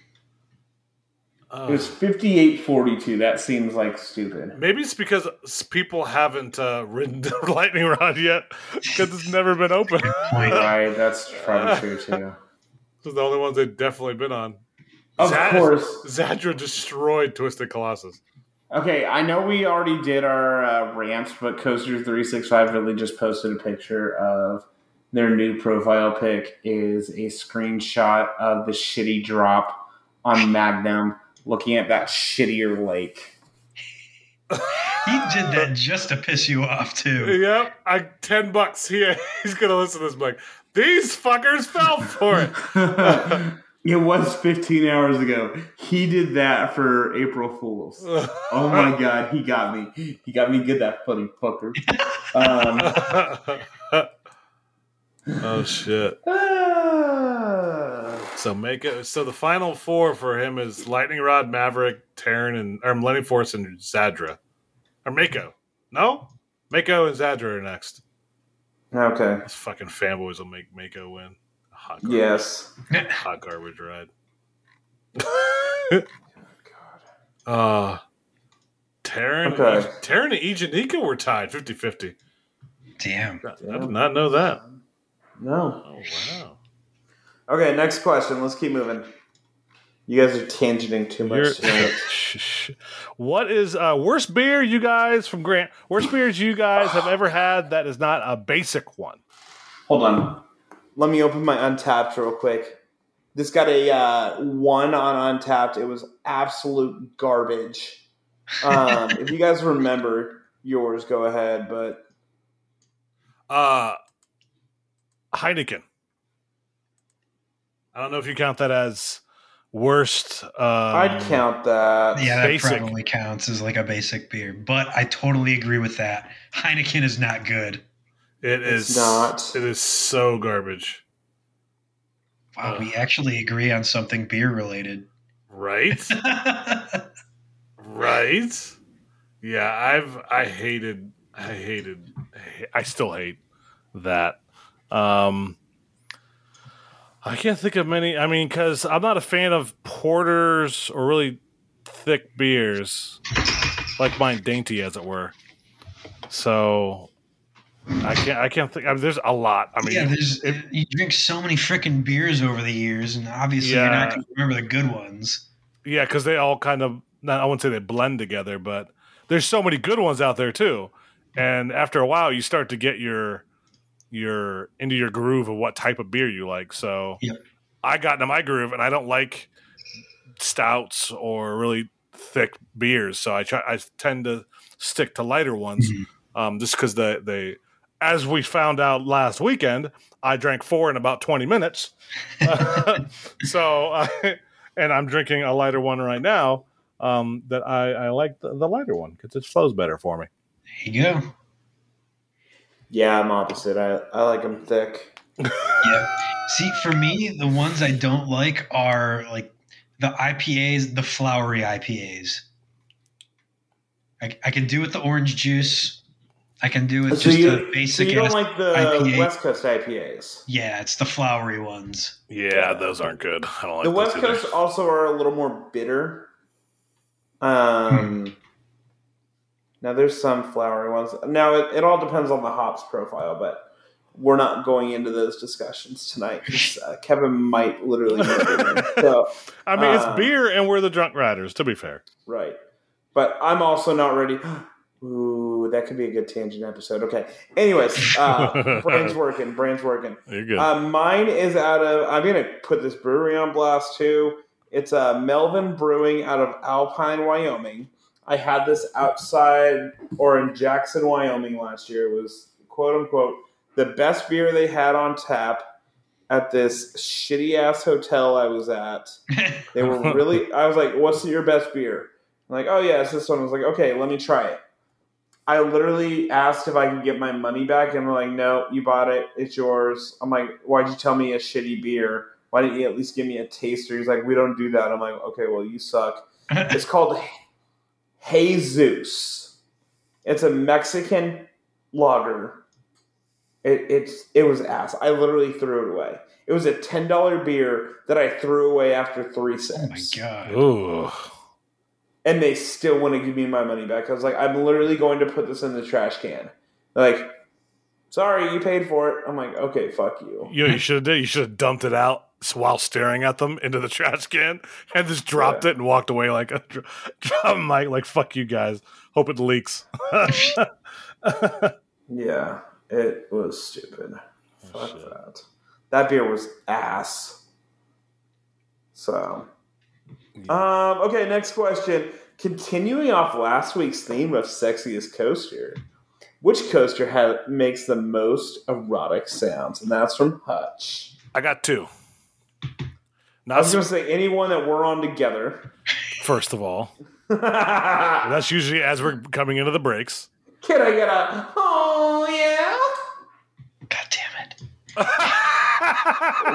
[SPEAKER 2] Uh,
[SPEAKER 4] It was 5842. That seems like stupid.
[SPEAKER 2] Uh, Maybe it's because s- people haven't uh, ridden Lightning Rod yet because it's never been open.
[SPEAKER 3] Point.
[SPEAKER 4] Right, that's probably true too.
[SPEAKER 2] Those are the only ones they've definitely been on.
[SPEAKER 4] Of
[SPEAKER 2] Zad-
[SPEAKER 4] course.
[SPEAKER 2] Zadra destroyed Twisted Colossus.
[SPEAKER 4] Okay, I know we already did our uh, rants, but Coaster365 really just posted a picture of their new profile pic is a screenshot of the shitty drop on Magnum looking at that shittier lake.
[SPEAKER 3] He did that just to piss you off, too.
[SPEAKER 2] Yep, I ten bucks. He, he's gonna listen to this. and be Like these fuckers fell for it.
[SPEAKER 4] it was 15 hours ago. He did that for April Fools. Oh my god, he got me. He got me good, that funny fucker. Um,
[SPEAKER 2] oh shit!
[SPEAKER 4] ah.
[SPEAKER 2] So make it. So the final four for him is Lightning Rod, Maverick, Terran, and or Millennium Force and Zadra, or Mako. No, Mako and Zadra are next.
[SPEAKER 4] okay.
[SPEAKER 2] Those fucking fanboys will make Mako win. Hot garbage,
[SPEAKER 4] Yes.
[SPEAKER 2] hot garbage ride. uh Terran,
[SPEAKER 4] Okay.
[SPEAKER 2] Terran and Ijanika were tied 50-50.
[SPEAKER 3] Damn.
[SPEAKER 2] I did not know that.
[SPEAKER 4] No.
[SPEAKER 2] Oh wow.
[SPEAKER 4] Okay, next question. Let's keep moving. You guys are tangenting too much.
[SPEAKER 2] You're-
[SPEAKER 4] tonight.
[SPEAKER 2] what is uh, worst beer you guys from Grant? Worst beers you guys have ever had that is not a basic one.
[SPEAKER 4] Hold on. Let me open my Untapped real quick. This got a uh, one on Untapped. It was absolute garbage. Um, if you guys remember yours, go ahead. But
[SPEAKER 2] Uh, Heineken. I don't know if you count that as worst. Um,
[SPEAKER 4] I'd count that.
[SPEAKER 3] Yeah, that
[SPEAKER 2] Basic.
[SPEAKER 3] probably counts as like a basic beer, but I totally agree with that. Heineken is not good.
[SPEAKER 2] It
[SPEAKER 4] It's
[SPEAKER 2] is
[SPEAKER 4] not.
[SPEAKER 2] It is so garbage,
[SPEAKER 3] Wow,
[SPEAKER 2] Ugh.
[SPEAKER 3] we actually agree on something beer related.
[SPEAKER 2] right? right? Yeah, I've I hated I hated I still hate that. Um I can't think of many. I mean, because I'm not a fan of porters or really thick beers, like mine dainty as it were. So I can't. I can't think. I mean, there's a lot. I mean,
[SPEAKER 3] yeah, there's
[SPEAKER 2] if-
[SPEAKER 3] you drink so many freaking beers over the years, and obviously you're
[SPEAKER 2] Yeah.
[SPEAKER 3] not going to remember the good ones.
[SPEAKER 2] Yeah, because they all kind of not, I wouldn't say they blend together, but there's so many good ones out there too. And after a while, you start to get your your into your groove of what type of beer you like. So
[SPEAKER 3] Yeah.
[SPEAKER 2] I got into my groove, and I don't like stouts or really thick beers. So I try I tend to stick to lighter ones,
[SPEAKER 3] Mhm.
[SPEAKER 2] um, just because they they as we found out last weekend, I drank four in about 20 minutes. so I and I'm drinking a lighter one right now. Um, that I, I like the, the lighter one because it flows better for me.
[SPEAKER 3] There you go.
[SPEAKER 4] Yeah, I'm opposite. I, I like them thick.
[SPEAKER 3] Yeah. See, for me, the ones I don't like are like the IPAs, the flowery IPAs. I, I can do with the orange juice. I can do with
[SPEAKER 4] So
[SPEAKER 3] just
[SPEAKER 4] you,
[SPEAKER 3] a
[SPEAKER 4] so
[SPEAKER 3] basic.
[SPEAKER 4] you don't
[SPEAKER 3] ass-
[SPEAKER 4] like the
[SPEAKER 3] IPA.
[SPEAKER 4] West Coast IPAs.
[SPEAKER 3] yeah, it's the flowery ones.
[SPEAKER 2] Yeah, those aren't good. I don't like
[SPEAKER 4] the
[SPEAKER 2] those
[SPEAKER 4] West
[SPEAKER 2] either.
[SPEAKER 4] Coast also are a little more bitter. Um,
[SPEAKER 3] Hmm.
[SPEAKER 4] Now there's some flowery ones. Now it, it all depends on the hops profile, but we're not going into those discussions tonight. 'cause, Uh, Kevin might literally. murder me. so
[SPEAKER 2] I mean,
[SPEAKER 4] uh,
[SPEAKER 2] it's beer and we're the drunk riders. To be fair,
[SPEAKER 4] right, but I'm also not ready. Ooh, that could be a good tangent episode. Okay. Anyways, uh, brain's working. Brain's working.
[SPEAKER 2] you're good.
[SPEAKER 4] Uh, mine is out of. I'm gonna put this brewery on blast too. It's uh, Melvin Brewing out of Alpine, Wyoming. I had this outside or in Jackson, Wyoming last year. It was quote unquote the best beer they had on tap. at this shitty ass hotel I was at. They were really. I was like, "What's your best beer?" I'm like, "Oh yeah, it's this one." I was like, "Okay, let me try it." I literally asked if I could get my money back, and they're like, "No, you bought it. It's yours." I'm like, "Why'd you tell me a shitty beer? Why didn't you at least give me a taster?" He's like, "We don't do that." I'm like, "Okay, well, you suck."
[SPEAKER 3] Oh
[SPEAKER 4] it's called Jesus. It's a Mexican lager. It, it's it was ass. I literally threw it away. It was a ten dollar beer that I threw away after three
[SPEAKER 3] oh my
[SPEAKER 4] cents,
[SPEAKER 3] god.
[SPEAKER 2] Ooh.
[SPEAKER 4] and they still want to give me my money back. I was like, I'm literally going to put this in the trash can. They're like, sorry, you paid for it. I'm like, okay, fuck you.
[SPEAKER 2] You, know what you should have did. You should have dumped it out s- while staring at them into the trash can and just dropped it and walked away like a dr- I'm like like fuck you guys. Hope it leaks.
[SPEAKER 4] Yeah, it was stupid. Fuck
[SPEAKER 2] shit.
[SPEAKER 4] that. That beer was ass. So, um, okay, next question. Continuing off last week's theme of sexiest coaster, which coaster ha- makes the most erotic sounds? And that's from Hutch.
[SPEAKER 2] I got two.
[SPEAKER 4] I
[SPEAKER 2] Not
[SPEAKER 4] was going to say anyone that we're on together.
[SPEAKER 2] first of all. That's usually as we're coming into the breaks.
[SPEAKER 4] Can I get a oh
[SPEAKER 3] God damn it.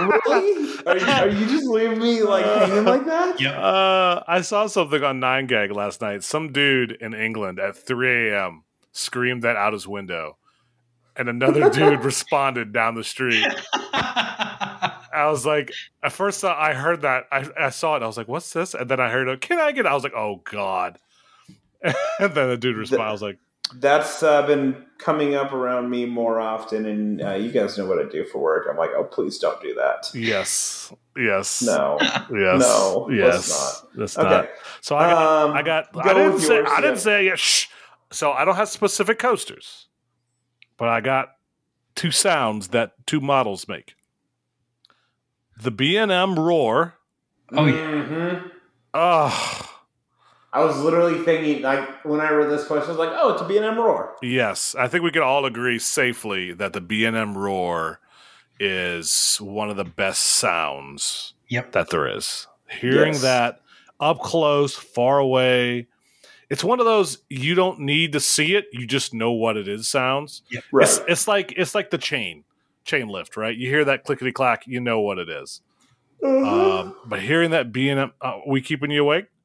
[SPEAKER 4] yeah? Really? Are you, are you just leaving me like hanging like that?
[SPEAKER 3] Yep.
[SPEAKER 2] Uh, I saw something on Nine Gag last night. Some dude in England at 3 a.m. screamed that out his window, and another dude responded down the street. I was like, at first I I heard that, I, I saw it, I was like, "What's this?" And then I heard, it, "Can I get?" it?" I was like, "Oh God!" And then the dude responded, "I was like,
[SPEAKER 4] That's uh, been coming up around me more often, and uh, you guys know what I do for work. I'm like, oh, please don't do that.
[SPEAKER 2] yes, yes,
[SPEAKER 4] No.
[SPEAKER 2] yes,
[SPEAKER 4] No, let's
[SPEAKER 2] yes, that's not."
[SPEAKER 4] Okay.
[SPEAKER 2] So I, got
[SPEAKER 4] Um,
[SPEAKER 2] I got.
[SPEAKER 4] go
[SPEAKER 2] I didn't
[SPEAKER 4] with
[SPEAKER 2] say.
[SPEAKER 4] yours,
[SPEAKER 2] I didn't
[SPEAKER 4] yeah.
[SPEAKER 2] say. Yeah, shh. So I don't have specific coasters, but I got two sounds that two models make. The B and M roar. ah,
[SPEAKER 3] Oh, yeah.
[SPEAKER 4] Mhm.
[SPEAKER 2] Ugh.
[SPEAKER 4] I was literally thinking, like, when I read this question, I was like, oh, it's a B&M Roar.
[SPEAKER 2] Yes, I think we can all agree safely that the B and M roar is one of the best sounds
[SPEAKER 3] Yep.
[SPEAKER 2] that there is. Hearing
[SPEAKER 4] Yes.
[SPEAKER 2] that up close, far away, it's one of those you don't need to see it; you just know what it is. Sounds.
[SPEAKER 4] Right.
[SPEAKER 2] It's, it's like it's like the chain chain lift, right? You hear that clickety clack, you know what it is. Um, but hearing that B and M, uh, we keeping you awake.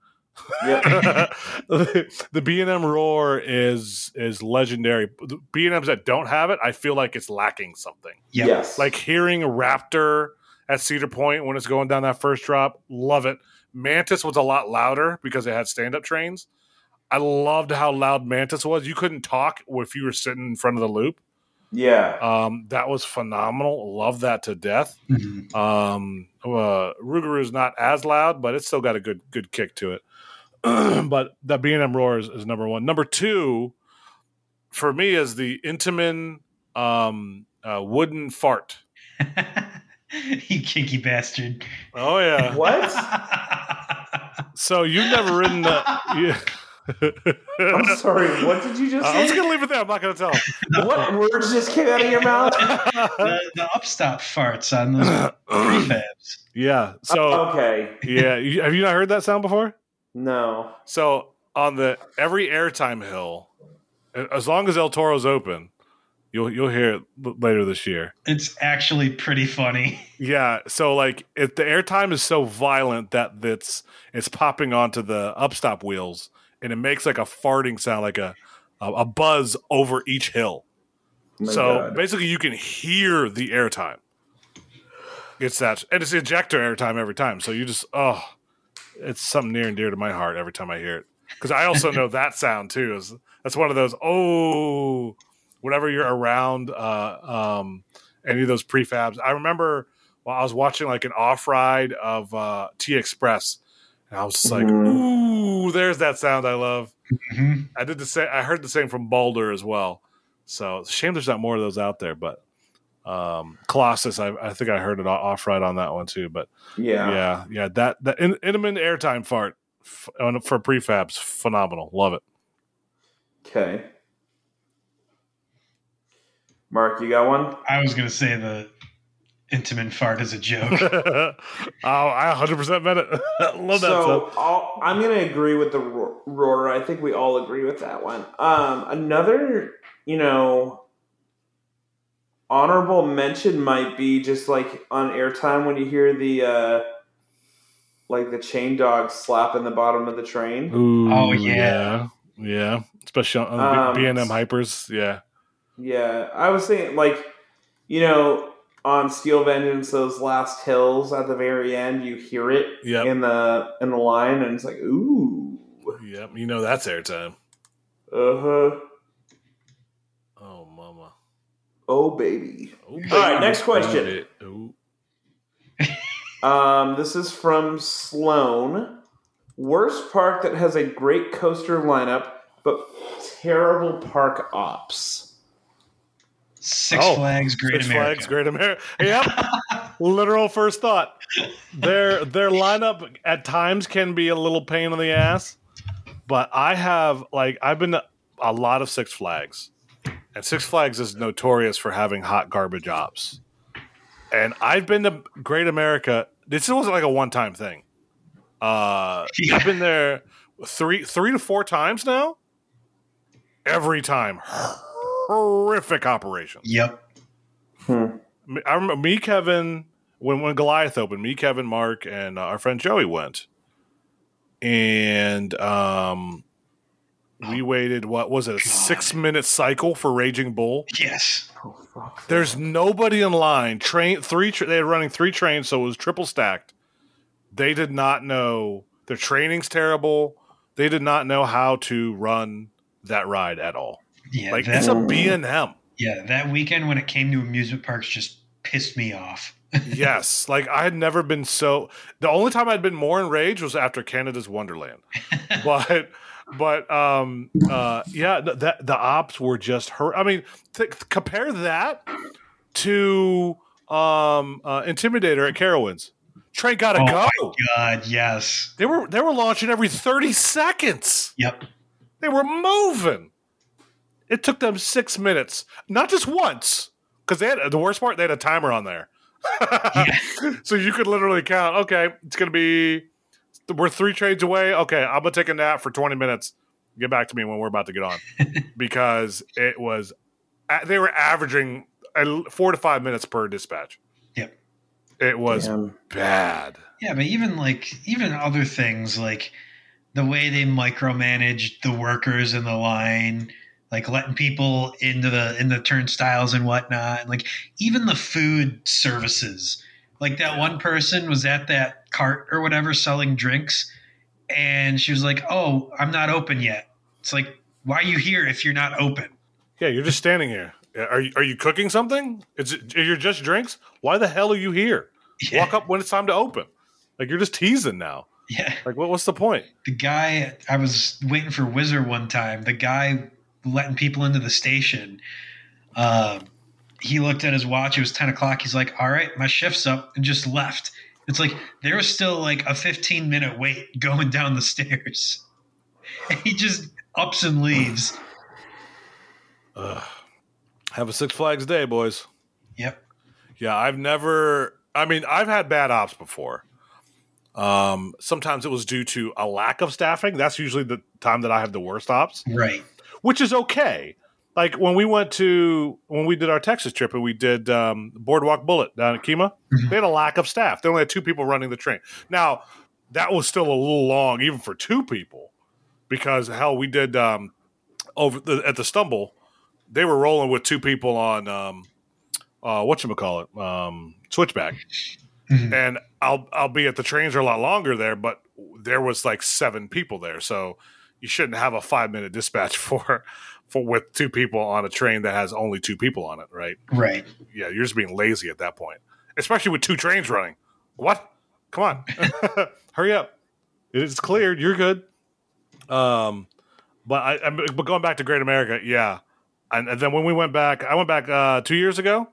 [SPEAKER 4] Mm-hmm. yep.
[SPEAKER 2] the B and M roar is is legendary. The B and M's that don't have it, I feel like it's lacking something.
[SPEAKER 3] Yep.
[SPEAKER 4] Yes.
[SPEAKER 2] Like hearing Raptor at Cedar Point when it's going down that first drop, love it. Mantis was a lot louder because it had stand up trains. I loved how loud Mantis was. You couldn't talk if you were sitting in front of the loop.
[SPEAKER 4] yeah.
[SPEAKER 2] Um, that was phenomenal. Love that to death.
[SPEAKER 3] Mhm.
[SPEAKER 2] Um, uh, Rougarou not as loud, but it's still got a good good kick to it. but that B and M roar is, is number one. Number two for me is the Intamin um, uh, wooden fart.
[SPEAKER 3] you kinky bastard.
[SPEAKER 2] Oh yeah.
[SPEAKER 4] What?
[SPEAKER 2] So you've never ridden the. You,
[SPEAKER 4] I'm
[SPEAKER 2] Uh,
[SPEAKER 4] sorry. What did you just
[SPEAKER 2] I'm just
[SPEAKER 4] say?
[SPEAKER 2] gonna leave it there. I'm not gonna tell.
[SPEAKER 4] What words just came out of your mouth?
[SPEAKER 3] the, the upstop farts on those prefabs.
[SPEAKER 2] yeah.
[SPEAKER 4] Uh,
[SPEAKER 2] So
[SPEAKER 4] Okay.
[SPEAKER 2] yeah, you, have you not heard that sound before?
[SPEAKER 4] No.
[SPEAKER 2] So on the every airtime hill, as long as El Toro's open, you'll you'll hear it l- later this year.
[SPEAKER 3] It's actually pretty funny.
[SPEAKER 2] Yeah. So like, if the airtime is so violent that that's it's popping onto the upstop wheels, and it makes like a farting sound, like a a, a buzz over each hill.
[SPEAKER 4] Oh my
[SPEAKER 2] so
[SPEAKER 4] God.
[SPEAKER 2] basically, you can hear the airtime. It's that, and it's ejector airtime every time. So you just, oh, it's something near and dear to my heart every time I hear it. Because I also know that sound too. Is that's one of those oh, whenever you're around uh, um, any of those prefabs. I remember while I was watching like an off ride of uh, T Express, and I was just like,
[SPEAKER 4] Mm-hmm.
[SPEAKER 2] ooh, there's that sound I love.
[SPEAKER 3] Mhm.
[SPEAKER 2] I did the same. I heard the same from Balder as well. So it's a shame there's not more of those out there. But um, Colossus, I, I think I heard it off right on that one too. But yeah,
[SPEAKER 4] yeah.
[SPEAKER 2] yeah, that that in, Inman airtime fart f- on, for prefabs, phenomenal. Love it.
[SPEAKER 4] Okay. Mark, you got one?
[SPEAKER 3] I was gonna say the intimate fart is a joke.
[SPEAKER 2] oh, I 100% meant it. Love that
[SPEAKER 4] so
[SPEAKER 2] stuff.
[SPEAKER 4] I'll, I'm going to agree with the ro- roar. I think we all agree with that one. Um, another, you know, honorable mention might be just like on airtime when you hear the uh, like the chain dog slapping the bottom of the train.
[SPEAKER 2] Ooh,
[SPEAKER 3] Oh, yeah.
[SPEAKER 2] yeah. Yeah. Especially on
[SPEAKER 4] Um,
[SPEAKER 2] B- B&M Hypers. Yeah.
[SPEAKER 4] Yeah, I was thinking like, you know, on Steel Vengeance, those last hills at the very end, you hear it
[SPEAKER 2] Yep.
[SPEAKER 4] in the in the line, and it's like, ooh,
[SPEAKER 2] Yep. You know that's airtime.
[SPEAKER 4] uh huh,
[SPEAKER 2] Oh, mama.
[SPEAKER 4] oh baby.
[SPEAKER 2] Oh,
[SPEAKER 4] right, next question.
[SPEAKER 2] baby. Oh.
[SPEAKER 4] Um, this is from Sloan. Worst park that has a great coaster lineup but terrible park ops.
[SPEAKER 3] Six
[SPEAKER 2] Oh,
[SPEAKER 3] Flags Great
[SPEAKER 2] Six
[SPEAKER 3] America.
[SPEAKER 2] Flags Great America. Yep. Literal first thought. Their their lineup at times can be a little pain in the ass, but I have like I've been to a lot of Six Flags, and Six Flags is notorious for having hot garbage ops. And I've been to Great America. This wasn't like a one time thing. Uh, I've been there three three to four times now. Every time, horrific operation.
[SPEAKER 3] Yep.
[SPEAKER 2] Me- I remember me, Kevin, when when Goliath opened, me, Kevin, Mark, and uh, our friend Joey went, and um, we waited. What was it? A
[SPEAKER 3] Oh God.
[SPEAKER 2] six minute cycle for Raging Bull.
[SPEAKER 3] Yes.
[SPEAKER 4] Oh fuck.
[SPEAKER 2] There's nobody in line. Train three. Tra- they were running three trains, so it was triple stacked. They did not know their training's terrible. They did not know how to run that ride at all.
[SPEAKER 3] Yeah.
[SPEAKER 2] Like
[SPEAKER 3] that,
[SPEAKER 2] it's a B and M.
[SPEAKER 3] yeah. That weekend when it came to amusement parks just pissed me off.
[SPEAKER 2] yes like i had never been so the only time i'd been more enraged was after canada's wonderland but but um uh yeah th- that the ops were just her i mean th- compare that to um uh intimidator at carowinds train gotta
[SPEAKER 3] Oh my
[SPEAKER 2] go
[SPEAKER 3] God. Yes.
[SPEAKER 2] they were they were launching every 30 seconds
[SPEAKER 3] Yep.
[SPEAKER 2] they were moving it took them six minutes not just once because they had the worst part they had a timer on there
[SPEAKER 3] Yeah.
[SPEAKER 2] so you could literally count. Okay, it's gonna be we're three trades away. Okay, I'm gonna take a nap for 20 minutes. Get back to me when we're about to get on because it was a- they were averaging a l- four to five minutes per dispatch.
[SPEAKER 3] Yep.
[SPEAKER 2] it was
[SPEAKER 4] Damn.
[SPEAKER 2] bad.
[SPEAKER 3] Yeah, but even like even other things like the way they micromanage the workers in the line, like letting people into the in the turnstiles and whatnot, like even the food services. Like that one person was at that cart or whatever selling drinks, and she was like, "Oh, I'm not open yet." It's like, why are you here if you're not open?
[SPEAKER 2] Yeah, you're just standing here. Yeah, Are you, are you cooking something? Is it, you're just drinks? Why the hell are you here?
[SPEAKER 3] Yeah,
[SPEAKER 2] Walk up when it's time to open. Like you're just teasing now.
[SPEAKER 3] yeah.
[SPEAKER 2] Like what, what's the point?
[SPEAKER 3] the guy I was waiting for Wizard one time, the guy letting people into the station, uh, he looked at his watch. It was 10 o'clock. He's like, all right, my shift's up, and just left. It's like there was still like a 15 minute wait going down the stairs. And he just ups and leaves.
[SPEAKER 2] Ugh. Have a Six Flags day, boys.
[SPEAKER 3] Yep.
[SPEAKER 2] Yeah, I've never. I mean, I've had bad ops before. Um, sometimes it was due to a lack of staffing. That's usually the time that I have the worst ops,
[SPEAKER 3] Right.
[SPEAKER 2] which is okay. Like when we went to when we did our Texas trip and we did um, Boardwalk Bullet down at Kima,
[SPEAKER 3] Mhm.
[SPEAKER 2] they had a lack of staff. They only had two people running the train. Now that was still a little long, even for two people, because hell, we did um, over the, at the Stumble. They were rolling with two people on um, uh, what you call it, um, Switchback
[SPEAKER 3] Mhm.
[SPEAKER 2] and I'll I'll be at the trains are a lot longer there, but there was like seven people there, so you shouldn't have a five minute dispatch for for with two people on a train that has only two people on it, right?
[SPEAKER 3] Right.
[SPEAKER 2] Yeah, you're just being lazy at that point, especially with two trains running. What? Come on, hurry up! It's cleared. You're good. Um, but I, I'm but going back to Great America, yeah. And, and then when we went back, I went back uh, two years ago,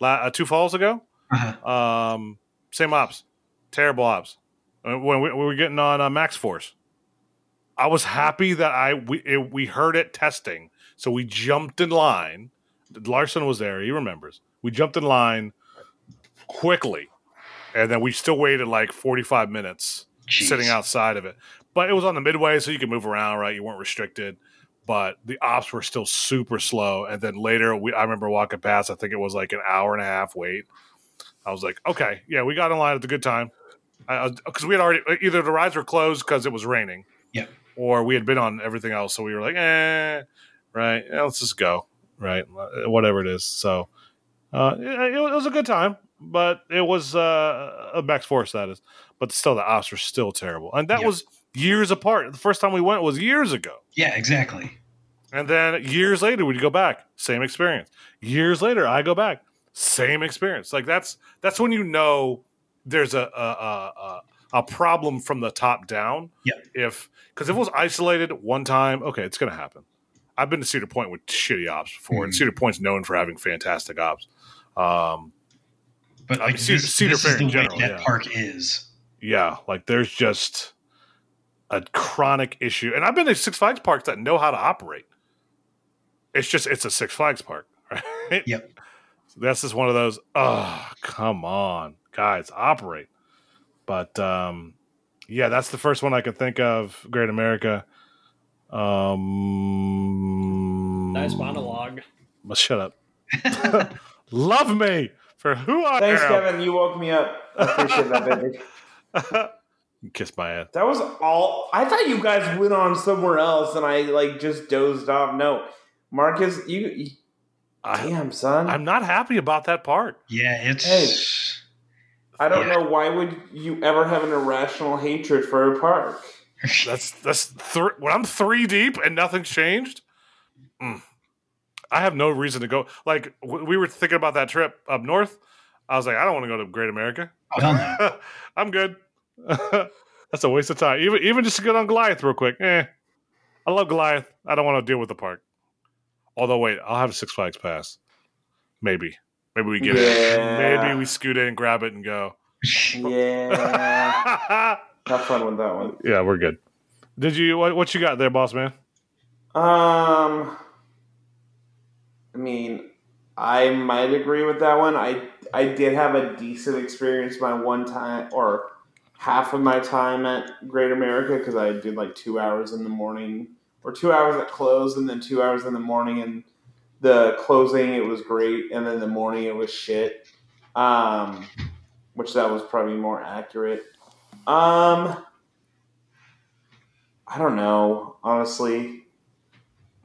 [SPEAKER 2] la- uh, two falls ago.
[SPEAKER 3] Uh-huh.
[SPEAKER 2] Um, same ops, terrible ops. Uh, When we, we were getting on uh, Max Force, I was happy that I we it, we heard it testing, so we jumped in line. Larson was there; he remembers. We jumped in line, quickly, and then we still waited like forty five minutes
[SPEAKER 3] Jeez.
[SPEAKER 2] sitting outside of it. But it was on the midway, so you could move around, right? You weren't restricted. But the ops were still super slow. And then later, we I remember walking past. I think it was like an hour and a half wait. I was like, okay, yeah, we got in line at the good time, because we had already uh, either the rides were closed because it was raining,
[SPEAKER 3] Yep.
[SPEAKER 2] or we had been on everything else. So we were like, eh, right, yeah, let's just go, right, Uh, whatever it is. So uh, it, it was a good time, but it was uh, a max force that is but still the ops were still terrible. And that
[SPEAKER 3] Yeah.
[SPEAKER 2] was years apart. The first time we went was years ago.
[SPEAKER 3] Yeah, exactly.
[SPEAKER 2] And then years later we'd go back, same experience. Years later I go back, same experience. Like that's that's when you know there's a a a, a, a problem from the top down.
[SPEAKER 3] Yeah.
[SPEAKER 2] If because if it was isolated one time, okay, it's gonna happen. I've been to Cedar Point with shitty ops before, and
[SPEAKER 3] Mhm.
[SPEAKER 2] Cedar Point's known for having fantastic ops. Um,
[SPEAKER 3] But
[SPEAKER 2] I mean,
[SPEAKER 3] like
[SPEAKER 2] Uh, Cedar-
[SPEAKER 3] this,
[SPEAKER 2] Cedar
[SPEAKER 3] this
[SPEAKER 2] Fair
[SPEAKER 3] is the
[SPEAKER 2] in
[SPEAKER 3] way
[SPEAKER 2] general,
[SPEAKER 3] that
[SPEAKER 2] yeah.
[SPEAKER 3] park is.
[SPEAKER 2] yeah, like there's just a chronic issue. And I've been to Six Flags parks that know how to operate. It's just it's a Six Flags park, right?
[SPEAKER 3] Yep.
[SPEAKER 2] That's just one of those, oh come on, guys, operate. But um yeah, that's the first one I could think of, Great America. Um
[SPEAKER 1] Nice monologue.
[SPEAKER 2] Well, Shut up. Love me for who I
[SPEAKER 4] Thanks,
[SPEAKER 2] am.
[SPEAKER 4] Kevin. You woke me up. I appreciate that, baby.
[SPEAKER 2] Kiss my ass.
[SPEAKER 4] That was all. I thought you guys went on somewhere else, and I like just dozed off. No, Marcus, you, you
[SPEAKER 2] I,
[SPEAKER 4] damn son.
[SPEAKER 2] I'm not happy about that part.
[SPEAKER 3] Yeah, it's
[SPEAKER 4] I don't
[SPEAKER 3] Yeah.
[SPEAKER 4] know why would you ever have an irrational hatred for a park.
[SPEAKER 2] That's that's thr when I'm three deep and nothing's changed. mm, I have no reason to go. Like w- we were thinking about that trip up north. I was like, I don't want to go to Great America.
[SPEAKER 3] oh, hell no.
[SPEAKER 2] I'm good. that's a waste of time. Even even just to get on Goliath real quick. Eh, I love Goliath. I don't want to deal with the park. Although wait, I'll have a Six Flags pass. Maybe. Maybe we get it.
[SPEAKER 4] Yeah.
[SPEAKER 2] Maybe we scoot in, grab it, and go.
[SPEAKER 4] Yeah, have fun with that one.
[SPEAKER 2] yeah, we're good. Did you what, what you got there, boss man?
[SPEAKER 4] Um, I mean, I might agree with that one. I I did have a decent experience my one time or half of my time at Great America because I did like two hours in the morning or two hours at close and then two hours in the morning and the closing it was great and then the morning it was shit. Um, which that was probably more accurate. Um, I don't know honestly.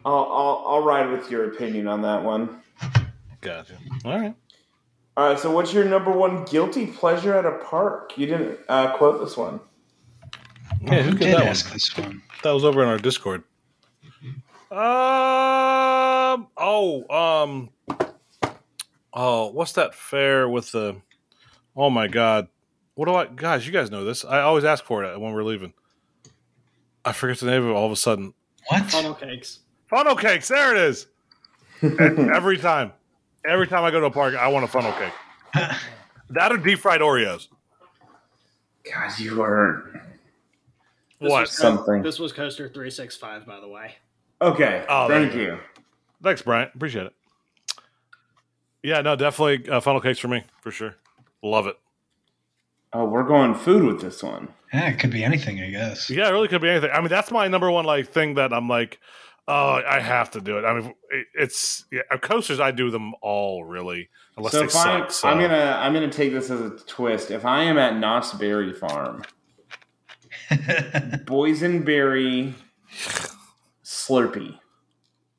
[SPEAKER 4] I'll, I'll, I'll ride with your opinion on that one.
[SPEAKER 2] Gotcha. All right.
[SPEAKER 4] All right, so what's your number one guilty pleasure at a park? You didn't uh, quote this one.
[SPEAKER 2] Yeah, who
[SPEAKER 3] Who
[SPEAKER 2] did
[SPEAKER 3] did
[SPEAKER 2] that one?
[SPEAKER 3] ask this one?
[SPEAKER 2] That was over in our Discord. Um. Oh. Um. Oh, what's that fair with the? Oh my God! What do I? Guys, you guys know this. I always ask for it when we're leaving. I forget the name of it all of a sudden.
[SPEAKER 3] What?
[SPEAKER 1] Funnel cakes.
[SPEAKER 2] Funnel cakes. There it is. E-, Every time, every time I go to a park, I want a funnel cake. That or deep fried Oreos.
[SPEAKER 4] God, you are
[SPEAKER 1] This
[SPEAKER 2] What?
[SPEAKER 1] was Co-
[SPEAKER 4] Something.
[SPEAKER 1] This was Coaster 365, by the way.
[SPEAKER 4] okay.
[SPEAKER 2] Oh, there
[SPEAKER 4] thank
[SPEAKER 2] you
[SPEAKER 4] you.
[SPEAKER 2] Thanks, Brian. Appreciate it. Yeah, no, definitely uh, funnel cakes for me for sure. Love it.
[SPEAKER 4] Oh, we're going food with this one.
[SPEAKER 3] Yeah, it could be anything, I guess.
[SPEAKER 2] Yeah, it really could be anything. I mean, that's my number one like thing that I'm like, oh, I have to do it. I mean, it, it's yeah, coasters. I do them all really, unless
[SPEAKER 4] so
[SPEAKER 2] they
[SPEAKER 4] if I'm,
[SPEAKER 2] suck. So.
[SPEAKER 4] I'm gonna I'm gonna take this as a twist. If I am at Knott's Berry Farm, boysenberry Slurpee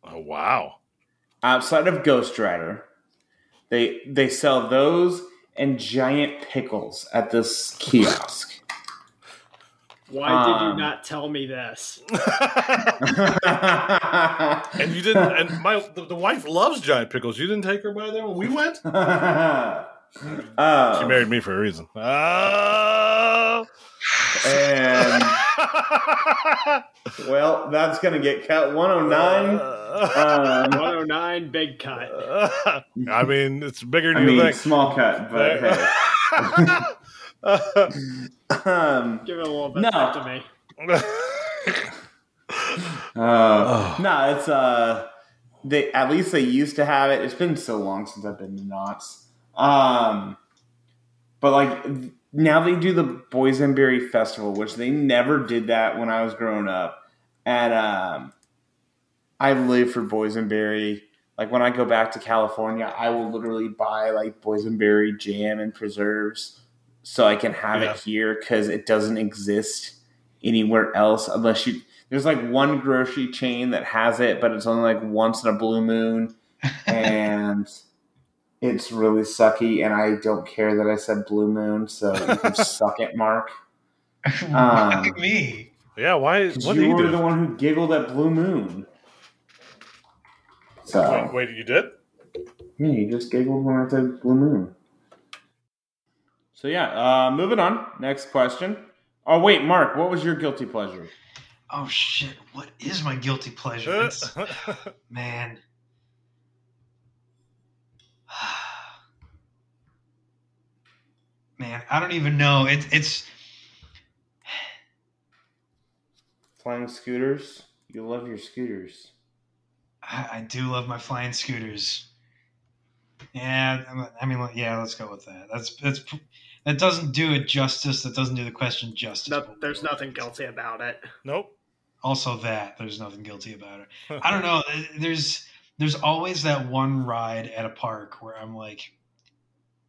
[SPEAKER 2] Oh, wow.
[SPEAKER 4] outside of Ghost Rider, they they sell those and giant pickles at this kiosk.
[SPEAKER 1] Why did
[SPEAKER 4] Um.
[SPEAKER 1] you not tell me this?
[SPEAKER 4] Oh,
[SPEAKER 2] and you didn't. And my the, the wife loves giant pickles. You didn't take her by there when we went. She
[SPEAKER 4] Um,
[SPEAKER 2] married me for a reason. Oh.
[SPEAKER 4] and well, that's gonna get cut. 109. Um,
[SPEAKER 1] 109 big cut.
[SPEAKER 2] I mean, it's bigger
[SPEAKER 4] I
[SPEAKER 2] than you
[SPEAKER 4] mean,
[SPEAKER 2] think.
[SPEAKER 4] small cut, but hey. Um,
[SPEAKER 1] Give it a little bit
[SPEAKER 4] No.
[SPEAKER 1] back to me.
[SPEAKER 4] uh, no, it's uh, they at least they used to have it. It's been so long since I've been to Knott's. Um, But like now they do the Boysenberry Festival, which they never did that when I was growing up. And um, I live for boysenberry. Like when I go back to California, I will literally buy like boysenberry jam and preserves so I can have
[SPEAKER 2] Yeah.
[SPEAKER 4] it here because it doesn't exist anywhere else unless you. There's like one grocery chain that has it, but it's only like once in a blue moon, and it's really sucky. And I don't care that I said blue moon, so you can suck it, Mark.
[SPEAKER 3] Fuck me.
[SPEAKER 2] Yeah, why?
[SPEAKER 4] 'Cause
[SPEAKER 2] What did
[SPEAKER 4] you
[SPEAKER 2] he
[SPEAKER 4] were
[SPEAKER 2] do?
[SPEAKER 4] the one who giggled at blue moon. So.
[SPEAKER 2] wait, wait, you did?
[SPEAKER 4] Yeah, you just giggled when I said blue moon. So yeah, uh, moving on. Next question. Oh wait, Mark, what was your guilty pleasure?
[SPEAKER 3] Oh shit! What is my guilty pleasure?
[SPEAKER 2] Uh.
[SPEAKER 3] It's- man. Man, I don't even know. It, it's
[SPEAKER 4] Flying scooters. You love your scooters.
[SPEAKER 3] I, I do love my flying scooters. Yeah, I'm- I mean, yeah, let's go with that. That's that's that doesn't do it justice. That doesn't do the question justice.
[SPEAKER 1] No,
[SPEAKER 3] but we'll
[SPEAKER 1] there's
[SPEAKER 3] go with
[SPEAKER 1] nothing
[SPEAKER 3] it.
[SPEAKER 1] guilty about it.
[SPEAKER 2] nope.
[SPEAKER 3] Also, that there's nothing guilty about it. I don't know. There's there's always that one ride at a park where I'm like,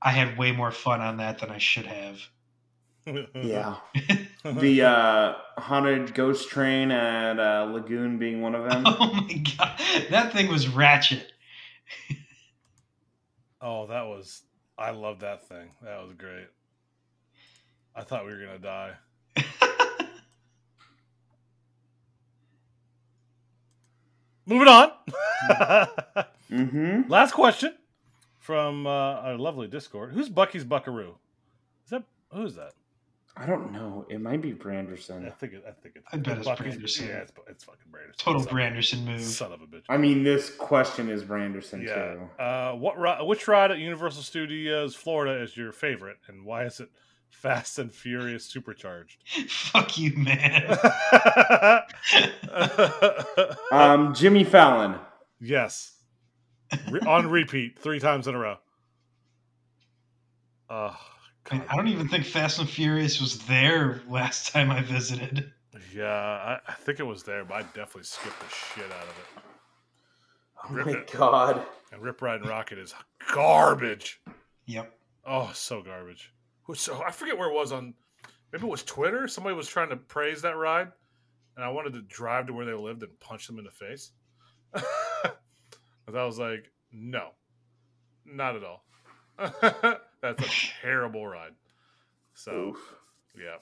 [SPEAKER 3] I had way more fun on that than I should have.
[SPEAKER 2] know.
[SPEAKER 4] the uh, haunted ghost train at uh, Lagoon being one of them.
[SPEAKER 3] Oh my god, that thing was ratchet.
[SPEAKER 2] oh, that was. I love that thing. That was great. I thought we were gonna die. Moving on. Hmm.
[SPEAKER 4] mm-hmm.
[SPEAKER 2] Last question from uh, our lovely Discord. Who's Bucky's Buckaroo? Is that who is that?
[SPEAKER 4] I don't know. It might be
[SPEAKER 2] I
[SPEAKER 4] Branderson.
[SPEAKER 2] think it, I think it's.
[SPEAKER 3] I bet it's
[SPEAKER 2] Bucky's-
[SPEAKER 3] Branderson.
[SPEAKER 2] Yeah, it's, it's fucking Branderson.
[SPEAKER 3] Total
[SPEAKER 2] Son of a-
[SPEAKER 3] Branderson move.
[SPEAKER 2] Son of a bitch.
[SPEAKER 4] I mean, this question is Branderson
[SPEAKER 2] Yeah.
[SPEAKER 4] too.
[SPEAKER 2] Uh, what ri- which ride at Universal Studios Florida is your favorite, and why is it Fast and Furious Supercharged?
[SPEAKER 3] Fuck you, man.
[SPEAKER 4] Um, Jimmy Fallon.
[SPEAKER 2] yes, Re- on repeat three times in a row. Uh,
[SPEAKER 3] I I don't even think Fast and Furious was there last time I visited.
[SPEAKER 2] Yeah, I, I think it was there, but I definitely skipped the shit out of it.
[SPEAKER 4] Oh
[SPEAKER 2] Rip
[SPEAKER 4] my
[SPEAKER 2] it.
[SPEAKER 4] god.
[SPEAKER 2] And Rip Ride and Rocket is garbage.
[SPEAKER 3] Yep.
[SPEAKER 2] Oh, so garbage. Who- So I forget where it was on. Maybe it was Twitter. Somebody was trying to praise that ride, and I wanted to drive to where they lived and punch them in the face. 'Cause I was like, no, not at all. That's a terrible ride. So
[SPEAKER 4] Oof.
[SPEAKER 2] yeah.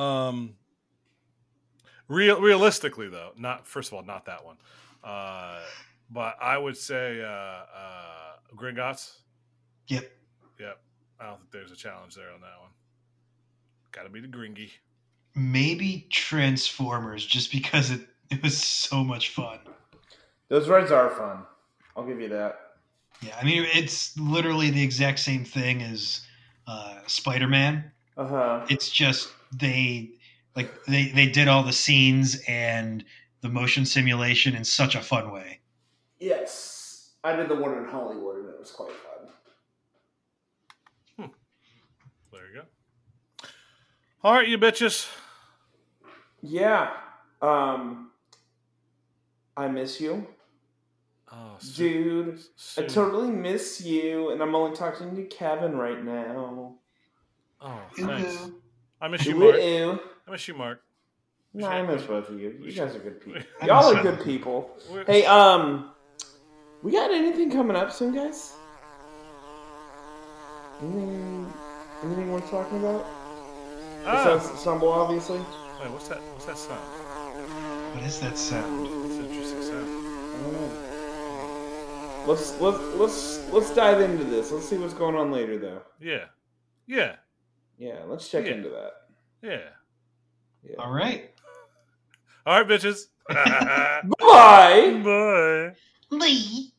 [SPEAKER 2] Um. Real realistically though, not first of all, not that one. Uh, but I would say uh, uh, Gringotts.
[SPEAKER 3] Yep.
[SPEAKER 2] Yep. I don't think there's a challenge there on that one. Got to be the Gringy.
[SPEAKER 3] Maybe Transformers, just because it, it was so much fun.
[SPEAKER 4] Those rides are fun. I'll give you that.
[SPEAKER 3] Yeah, I mean, it's literally the exact same thing as uh, Spider Man.
[SPEAKER 4] Uh huh.
[SPEAKER 3] It's just they like they, they did all the scenes and the motion simulation in such a fun way.
[SPEAKER 4] Yes. I did the one in Hollywood and it was quite fun.
[SPEAKER 2] There you go. All right, you bitches.
[SPEAKER 4] Yeah. Um I miss you.
[SPEAKER 2] Oh, soon-
[SPEAKER 4] Dude, I
[SPEAKER 2] soon.
[SPEAKER 4] totally miss you and I'm only talking to Kevin right now.
[SPEAKER 2] Oh, thanks.
[SPEAKER 3] Ooh.
[SPEAKER 2] I miss you,
[SPEAKER 4] Ooh,
[SPEAKER 2] Mark.
[SPEAKER 4] ooh.
[SPEAKER 2] I miss you, Mark.
[SPEAKER 4] No, I miss both of you. You guys are good people.
[SPEAKER 2] I
[SPEAKER 4] Y'all
[SPEAKER 3] miss
[SPEAKER 4] are
[SPEAKER 3] you.
[SPEAKER 4] good people.
[SPEAKER 2] We're-
[SPEAKER 4] Hey, um we got anything coming up soon, guys? Anything anything worth talking about?
[SPEAKER 2] ah,
[SPEAKER 4] Besides Stumble, obviously.
[SPEAKER 2] wait, what's that? What's that sound?
[SPEAKER 3] What is that sound?
[SPEAKER 2] It's interesting sound.
[SPEAKER 4] Let's let's let's let's dive into this. Let's see what's going on later, though.
[SPEAKER 2] Yeah, yeah,
[SPEAKER 4] Yeah, let's check
[SPEAKER 2] Yeah.
[SPEAKER 4] into that.
[SPEAKER 2] yeah.
[SPEAKER 3] All right.
[SPEAKER 2] All right, bitches.
[SPEAKER 4] Bye.
[SPEAKER 2] Bye.
[SPEAKER 3] Lee.